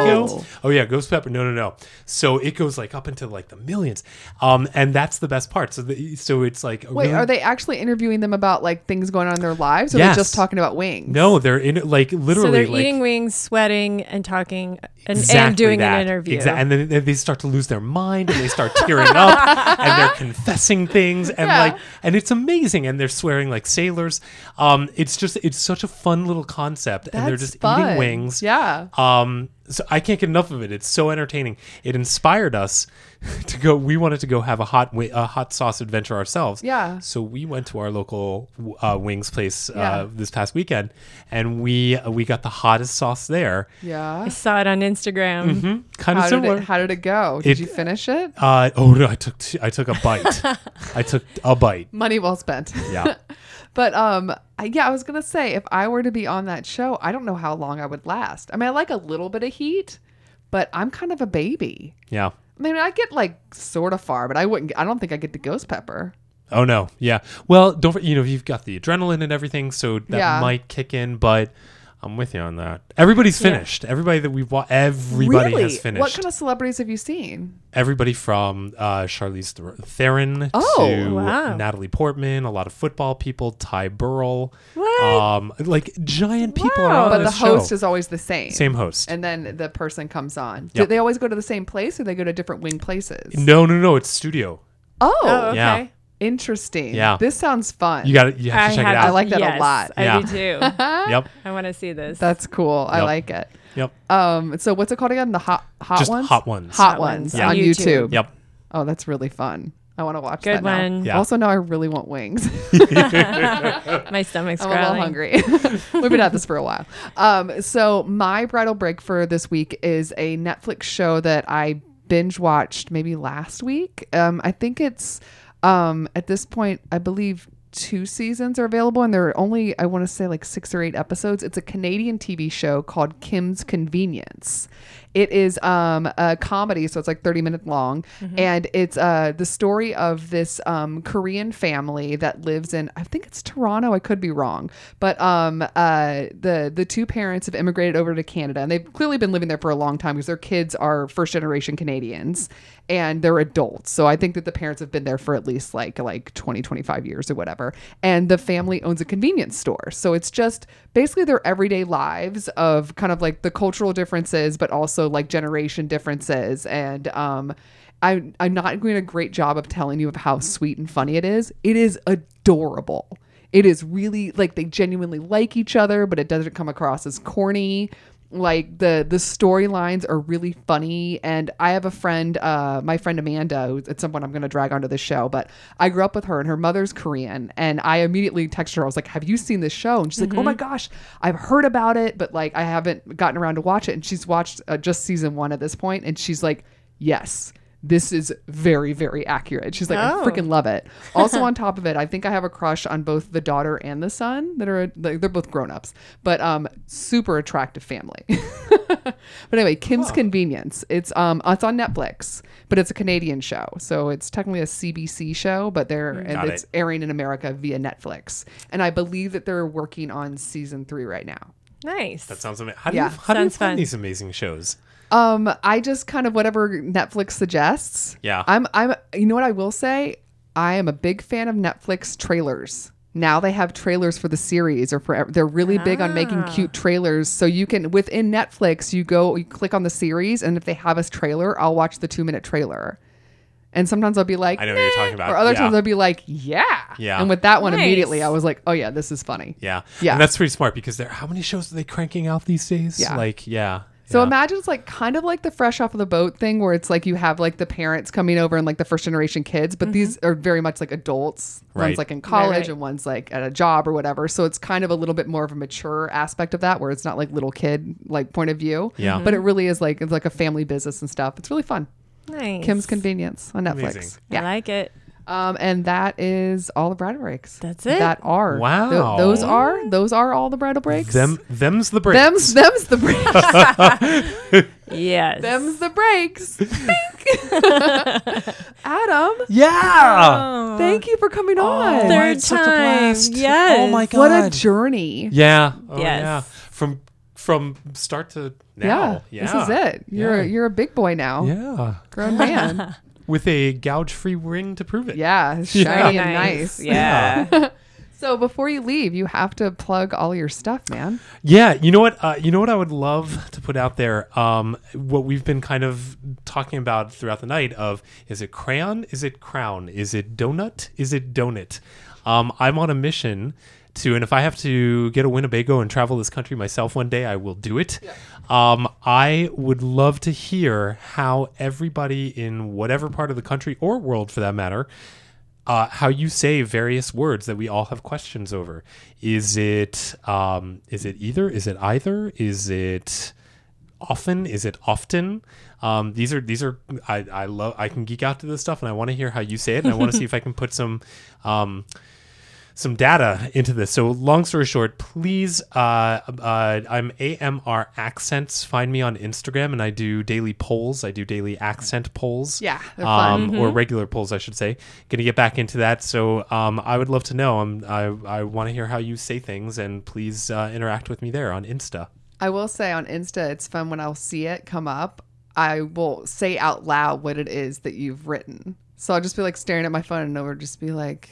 S3: they
S1: Oh.
S3: go. Oh yeah, ghost pepper. No, no, no. So it goes like up into like the millions. Um, and that's the best part. So the, so it's like a
S1: Wait,
S3: really-
S1: are they actually interviewing them about like things going on in their lives, or are
S3: Yes.
S1: they just talking about wings?
S3: no, they're in like literally
S2: So they're
S3: like,
S2: eating wings, sweating, and talking, and, and
S3: Exactly
S2: doing
S3: that.
S2: an interview.
S3: Exac- And then they- they start to lose their mind and they start tearing up and they're confessing things and
S1: Yeah.
S3: like and it's amazing and they're swearing like sailors. Um, it's just it's such a fun little concept and they're
S1: That's
S3: just
S1: fun.
S3: eating wings.
S1: Yeah.
S3: Um, so I can't get enough of it. It's so entertaining. It inspired us to go. We wanted to go have a hot wi- a hot sauce adventure ourselves.
S1: Yeah.
S3: So we went to our local uh, wings place uh,
S1: Yeah.
S3: this past weekend, and we we got the hottest sauce there.
S1: Yeah.
S2: I saw it on Instagram.
S3: Kind of
S1: How did
S3: similar.
S1: it? How did it go? Did
S3: It-
S1: you finish it?
S3: Uh, oh no, I took two, I took a bite. I took a bite.
S1: Money well spent.
S3: Yeah.
S1: But um, I, yeah, I was gonna say if I were to be on that show, I don't know how long I would last. I mean, I like a little bit of heat, but I'm kind of a baby.
S3: Yeah.
S1: I mean, I get like sort of far, but I wouldn't. get- I don't think I get the ghost pepper.
S3: Oh no. Yeah. Well, don't for- you know you've got the adrenaline and everything, so that
S1: Yeah.
S3: might kick in. But I'm with you on that. Everybody's finished. Everybody that we've watched, everybody
S1: really?
S3: has finished.
S1: What kind of celebrities have you seen?
S3: everybody from uh, Charlize Ther- Theron
S1: Oh,
S3: to
S2: wow.
S3: Natalie Portman, a lot of football people, Ty Burrell,
S2: What?
S3: um, like giant people are on
S1: but the
S3: this
S1: host
S3: Oh, show.
S1: is always the same.
S3: same host.
S1: And then the person comes on. Do
S3: Yep.
S1: they always go to the same place, or they go to different wing places?
S3: no, no, no. It's studio.
S1: Oh,
S2: Oh, okay.
S3: Yeah.
S1: interesting.
S3: Yeah
S1: This sounds fun.
S3: You got to You have to
S2: I
S3: check
S2: have,
S3: it out.
S1: I like that a
S2: yes,
S1: lot.
S2: I
S3: Yeah.
S2: do too.
S3: yep.
S2: I want to see this.
S1: That's cool. I
S3: Yep.
S1: like it.
S3: Yep.
S1: Um, so what's it called again? The hot hot
S3: Just
S1: ones.
S3: Hot Ones.
S1: Hot,
S2: Hot
S1: ones
S2: Ones
S1: on
S2: on
S1: YouTube.
S2: YouTube.
S3: Yep.
S1: Oh, that's really fun. I want to watch
S2: Good
S1: that now.
S2: one.
S3: Yeah.
S1: Also, now I really want wings.
S2: My stomach's
S1: I'm a little
S2: growling.
S1: hungry. We've been at this for a while. Um, so my bridal break for this week is a Netflix show that I binge watched maybe last week. Um, I think it's um, at this point, I believe two seasons are available and there are only i want to say like six or eight episodes it's a canadian tv show called kim's convenience it is um a comedy so it's like 30 minutes long and it's uh the story of this um korean family that lives in i think it's toronto i could be wrong but um uh the the two parents have immigrated over to canada and they've clearly been living there for a long time because their kids are first generation canadians and they're adults so i think that the parents have been there for at least like like 20 25 years or whatever and the family owns a convenience store so it's just basically their everyday lives of kind of like the cultural differences but also like generation differences and um I, I'm not doing a great job of telling you of how sweet and funny it is. It is adorable. It is really like they genuinely like each other, but it doesn't come across as corny. like the the storylines are really funny and i have a friend uh my friend amanda who's at someone i'm going to drag onto the show but i grew up with her and her mother's korean and i immediately texted her i was like have you seen this show and she's like oh my gosh i've heard about it but like i haven't gotten around to watch it and she's watched uh, just season one at this point and she's like yes this is very very accurate she's like
S2: Oh.
S1: i freaking love it also on top of it i think i have a crush on both the daughter and the son that are like, they're both grown-ups but um super attractive family but anyway kim's convenience it's um it's on netflix but it's a canadian show so it's technically a cbc show but they're
S3: Got
S1: and it's
S3: it.
S1: airing in america via netflix and i believe that they're working on season three right now
S2: Nice.
S3: That sounds amazing. How do
S1: Yeah.
S3: you, how do you
S2: Sounds
S3: find
S2: fun.
S3: these amazing shows?
S1: Um, I just kind of whatever Netflix suggests.
S3: Yeah.
S1: I'm I'm you know what I will say? I am a big fan of Netflix trailers. Now they have trailers for the series or for they're really big on making
S2: Ah.
S1: cute trailers. So you can within Netflix you go you click on the series and if they have a trailer, I'll watch the two minute trailer. And sometimes I'll be like
S3: I know what you're talking about.
S1: or other
S3: yeah.
S1: times I'll be like, yeah.
S3: Yeah.
S1: And with that one
S2: Nice.
S1: immediately I was like, Oh yeah, this is funny.
S3: yeah.
S1: Yeah.
S3: And that's pretty smart because there how many shows are they cranking out these days?
S1: Yeah.
S3: Like, yeah.
S1: So
S3: yeah.
S1: imagine it's like kind of like the fresh off of the boat thing where it's like you have like the parents coming over and like the first generation kids, but these are very much like adults.
S3: Mm-hmm. Right.
S1: One's like in
S2: Right,
S1: college
S2: right.
S1: and one's like at a job or whatever. So it's kind of a little bit more of a mature aspect of that where it's not like little kid like point of view.
S3: Yeah.
S1: But it really is like it's like a family business and stuff. It's really fun.
S2: nice.
S1: Kim's Convenience on Netflix.
S3: Amazing.
S2: I
S1: Yeah.
S2: like it.
S1: Um, and that is all the bridal breaks.
S2: That's it?
S1: That are
S3: Wow.
S1: tho- those are those are all the bridal breaks.
S3: them them's the breaks.
S1: them's them's the breaks.
S2: Yes.
S1: Them's the breaks. Adam,
S3: Yeah.
S1: thank you for coming on.
S2: Oh, Third
S3: it's such a
S2: time.
S3: blast.
S2: Yes.
S3: Oh my oh god.
S1: what a journey.
S3: Yeah. Oh,
S2: Yes.
S3: yeah. From from start to
S1: Yeah,
S3: now. Yeah.
S1: This is it. You're
S3: Yeah.
S1: you're a big boy now.
S3: Yeah.
S1: Grown man.
S3: With a gouge free ring to prove it.
S1: yeah.
S2: Very
S1: Shiny and
S2: Oh, nice.
S1: nice.
S2: Yeah.
S1: So before you leave, you have to plug all your stuff, man.
S3: Yeah, you know what? Uh, you know what I would love to put out there. Um, what we've been kind of talking about throughout the night of is it crayon? Is it crown? Is it donut? Is it donut? Um, I'm on a mission to, and if I have to get a Winnebago and travel this country myself one day, I will do it. Um, I would love to hear how everybody in whatever part of the country or world, for that matter, uh, how you say various words that we all have questions over. Is it um, is it either? Is it either? Is it often? Is it often? Um, these are these are I, I love I can geek out to this stuff and I want to hear how you say it and I want to see if I can put some um, some data into this. So, long story short, please, uh, uh, I'm AMR Accents. Find me on Instagram, and I do daily polls. I do daily accent polls.
S1: Yeah, they're fun. Mm-hmm.
S3: um, or regular polls, I should say. Going to get back into that. So, um, I would love to know. Um, I I want to hear how you say things, and please uh, interact with me there on Insta.
S1: I will say on Insta, it's fun when I'll see it come up. I will say out loud what it is that you've written. So I'll just be like staring at my phone and over just be like,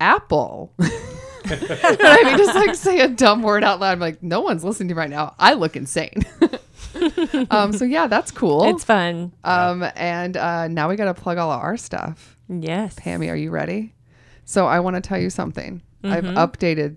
S1: Apple. I mean, just like say a dumb word out loud. I'm like, no one's listening to me right now. I look insane. um, so yeah, that's cool.
S2: It's fun.
S1: um, and uh, now we got to plug all of our stuff.
S2: Yes.
S1: Pammy, are you ready? So I want to tell you something. I've
S3: Mm-hmm.
S1: updated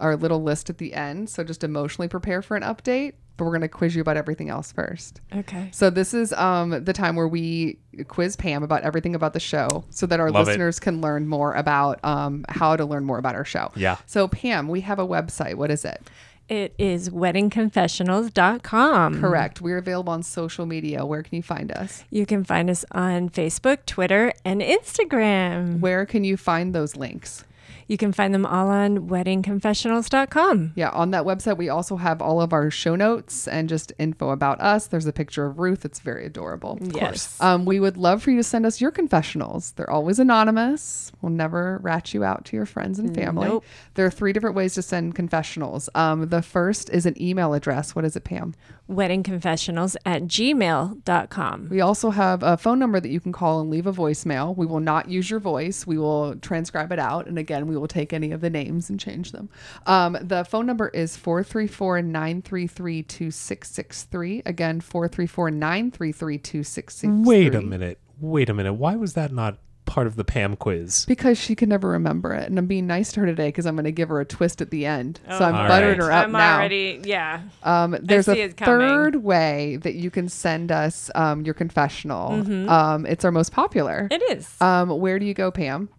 S1: our little list at the end, so just emotionally prepare for an update. But we're gonna quiz you about everything else first.
S2: Okay.
S1: So this is um, the time where we quiz Pam about everything about the show, so that our
S3: Love it.
S1: listeners can learn more about um, how to learn more about our show.
S3: Yeah. Mm-hmm.
S1: So Pam, we have a website. What is it?
S2: It is weddingconfessionals.com.
S1: Correct. We're available on social media. Where can you find us?
S2: You can find us on Facebook, Twitter, and Instagram.
S1: Where can you find those links?
S2: You can find them all on weddingconfessionals.com.
S1: Yeah, on that website we also have all of our show notes and just info about us. There's a picture of Ruth. It's very adorable.
S2: Yes.
S1: Um, we would love for you to send us your confessionals. They're always anonymous. We'll never rat you out to your friends and family.
S2: Nope.
S1: There are three different ways to send confessionals. Um, the first is an email address. What is it, Pam?
S2: Weddingconfessionals at gmail.com.
S1: We also have a phone number that you can call and leave a voicemail. We will not use your voice. We will transcribe it out. And again, we will take any of the names and change them. Um, the phone number is 434 933 2663. Again, 434 933 2663.
S3: Wait a minute. Wait a minute. Why was that not part of the Pam quiz.
S1: Because she can never remember it. And I'm being nice to her today because I'm going to give her a twist at the end. so I'm
S3: Oh, All
S1: buttering
S3: right.
S1: her up
S2: I'm
S1: now.
S2: already, yeah.
S1: Um, there's
S2: see
S1: a
S2: it coming.
S1: third way that you can send us um, your confessional.
S2: Mm-hmm.
S1: Um, it's our most popular.
S2: It is.
S1: Um, where do you go, Pam?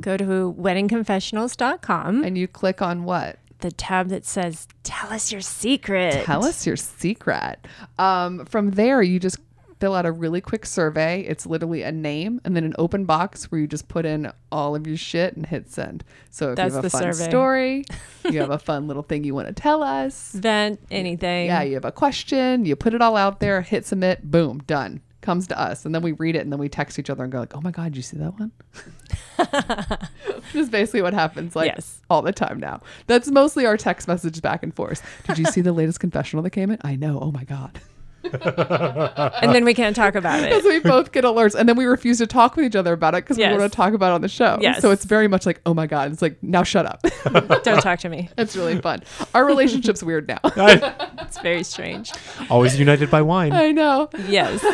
S2: Go to weddingconfessionals.com,
S1: And you click on what?
S2: the tab that says, Tell us your secret.
S1: Tell us your secret. Um, from there, you just fill out a really quick survey. It's literally a name and then an open box where you just put in all of your shit and hit send. So if
S2: That's
S1: you have
S2: the
S1: a fun
S2: survey.
S1: story, you have a fun little thing you want to tell us.
S2: Vent, anything.
S1: Yeah, you have a question, you put it all out there, hit submit, boom, done. Comes to us, and then we read it, and then we text each other and go like, "Oh my god, you see that one?" Which is basically what happens like
S2: Yes.
S1: all the time now. That's mostly our text messages back and forth. Did you see the latest confessional that came in? I know. Oh my god.
S2: And then we can't talk about it.
S1: Because we both get alerts, and then we refuse to talk with each other about it because
S2: Yes.
S1: we want to talk about it on the show.
S2: Yes.
S1: So it's very much like, "Oh my god!" It's like, "Now shut up."
S2: Don't talk to me.
S1: it's really fun. Our relationship's weird now.
S2: It's very strange.
S3: Always united by wine.
S1: I know.
S2: Yes.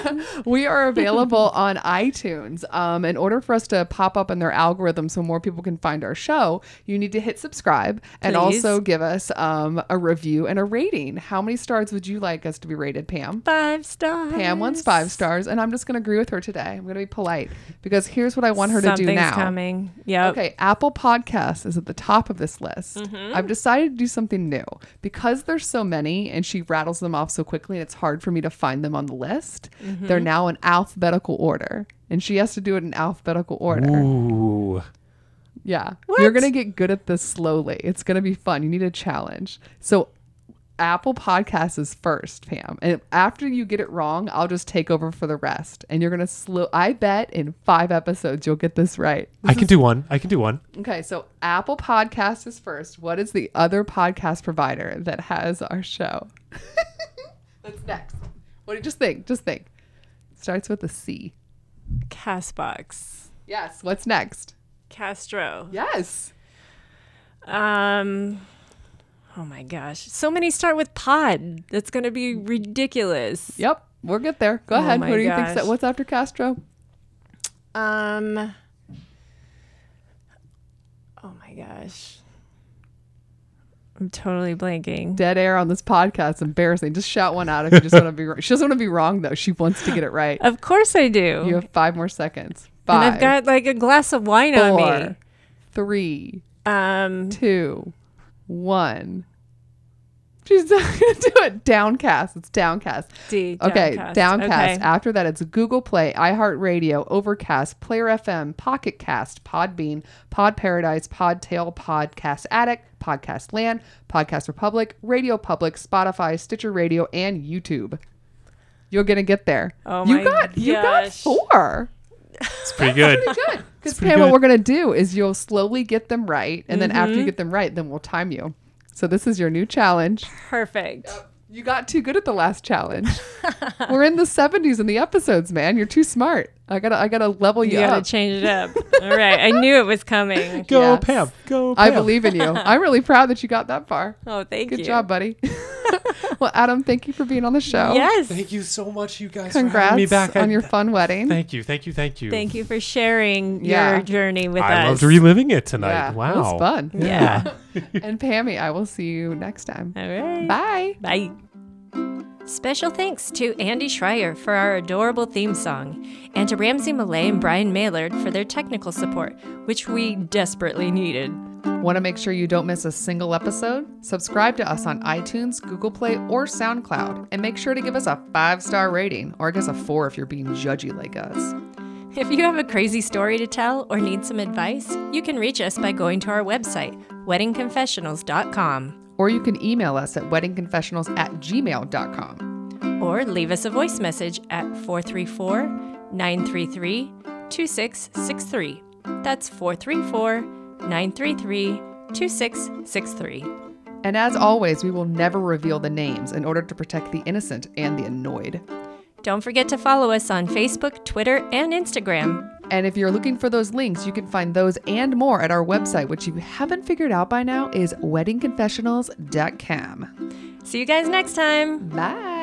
S1: we are available on iTunes. Um, in order for us to pop up in their algorithm so more people can find our show, you need to hit subscribe and
S2: Please.
S1: also give us um, a review and a rating. How many stars would you like us to be rated, Pam?
S2: Five stars.
S1: Pam wants five stars, and I'm just going to agree with her today. I'm going to be polite because here's what I want her
S2: Something's
S1: to do now.
S2: coming. Yep.
S1: Okay, Apple Podcasts is at the top of this list. I've decided to do something new because there's so many and she rattles them off so quickly and it's hard for me to find them on the list. They're now in alphabetical order and she has to do it in alphabetical order.
S3: Ooh.
S1: Yeah.
S2: What?
S1: You're going to get good at this slowly. It's going to be fun. You need a challenge. So Apple Podcasts is first, Pam. And after you get it wrong, I'll just take over for the rest. And you're going to slow I bet in 5 episodes you'll get this right.
S3: I can do one. I can do one.
S1: Okay, so Apple Podcast is first. What is the other podcast provider that has our show? That's next. What do you just think? Just think. Starts with a C.
S2: Castbox.
S1: Yes. What's next?
S2: Castro.
S1: Yes.
S2: Um. Oh my gosh. So many start with pod. That's going to be ridiculous.
S1: Yep. We'll get there. Go ahead.
S2: Oh my
S1: What do you
S2: gosh.
S1: think? What's after Castro?
S2: Um. Oh my gosh. I'm totally blanking.
S1: Dead air on this podcast. Embarrassing. Just shout one out if you just want to be. wrong. She doesn't want to be wrong though. She wants to get it right.
S2: Of course I do.
S1: You have five more seconds.
S2: Oh. and
S1: Five.
S2: I've got like a glass of wine on me.
S1: four, three,
S2: Um.
S1: two, one. She's not gonna do it. Downcast. It's downcast.
S2: D.
S1: Okay,
S2: Downcast.
S1: downcast.
S2: Okay.
S1: After that, it's Google Play, iHeartRadio, Overcast, Player FM, Pocket Cast, Podbean, Pod Paradise, Podtail, Podcast Addict, Podcast Land, Podcast Republic, Radio Public, Spotify, Stitcher Radio, and YouTube. You're gonna get there.
S2: Oh
S1: you
S2: my
S1: got you got
S2: gosh.
S1: four.
S3: It's pretty good.
S1: Good. Because
S3: pretty
S1: Pam, what
S3: good. Mm-hmm.
S1: we're gonna do is you'll slowly get them right, and then after you get them right, then we'll time you. So this is your new challenge.
S2: Perfect.
S3: Uh,
S1: You got too good at the last challenge. we're in the 70s in the episodes, man. You're too smart. I gotta, I gotta level you,
S2: You gotta
S1: up.
S2: change it up. All right. I knew it was coming.
S3: Go
S1: Yes.
S3: Pam. Go
S1: I
S3: Pam.
S1: believe in you. I'm really proud that you got that far.
S2: Oh, thank
S1: Good
S2: you.
S1: job, buddy. well, Adam, thank you for being on the show.
S2: Yes.
S3: Thank you so much, you guys. for
S1: Congrats
S3: having me back. I-
S1: on your fun wedding.
S3: Thank you. Thank you. Thank you.
S2: Thank you for sharing
S1: Yeah.
S2: your journey with us.
S3: I loved reliving it tonight.
S1: Yeah,
S3: wow.
S1: It was fun.
S2: Yeah.
S1: and Pammy, I will see you next time.
S2: All right.
S1: Bye.
S2: Bye. Special thanks to Andy Schreier for our adorable theme song, and to Ramsey Millay and Brian Maylard for their technical support, which we desperately needed.
S1: Want to make sure you don't miss a single episode? Subscribe to us on iTunes, Google Play, or SoundCloud, and make sure to give us a five star rating, or I guess a four if you're being judgy like us.
S2: If you have a crazy story to tell or need some advice, you can reach us by going to our website, weddingconfessionals.com,
S1: Or you can email us at weddingconfessionals at gmail.com.
S2: or leave us a voice message at 434 933 2663. That's 434 933 2663.
S1: And as always, we will never reveal the names in order to protect the innocent and the annoyed.
S2: Don't forget to follow us on Facebook, Twitter, and Instagram.
S1: And if you're looking for those links, you can find those and more at our website, which you haven't figured out by now is weddingconfessionals.com.
S2: See you guys next time.
S1: Bye.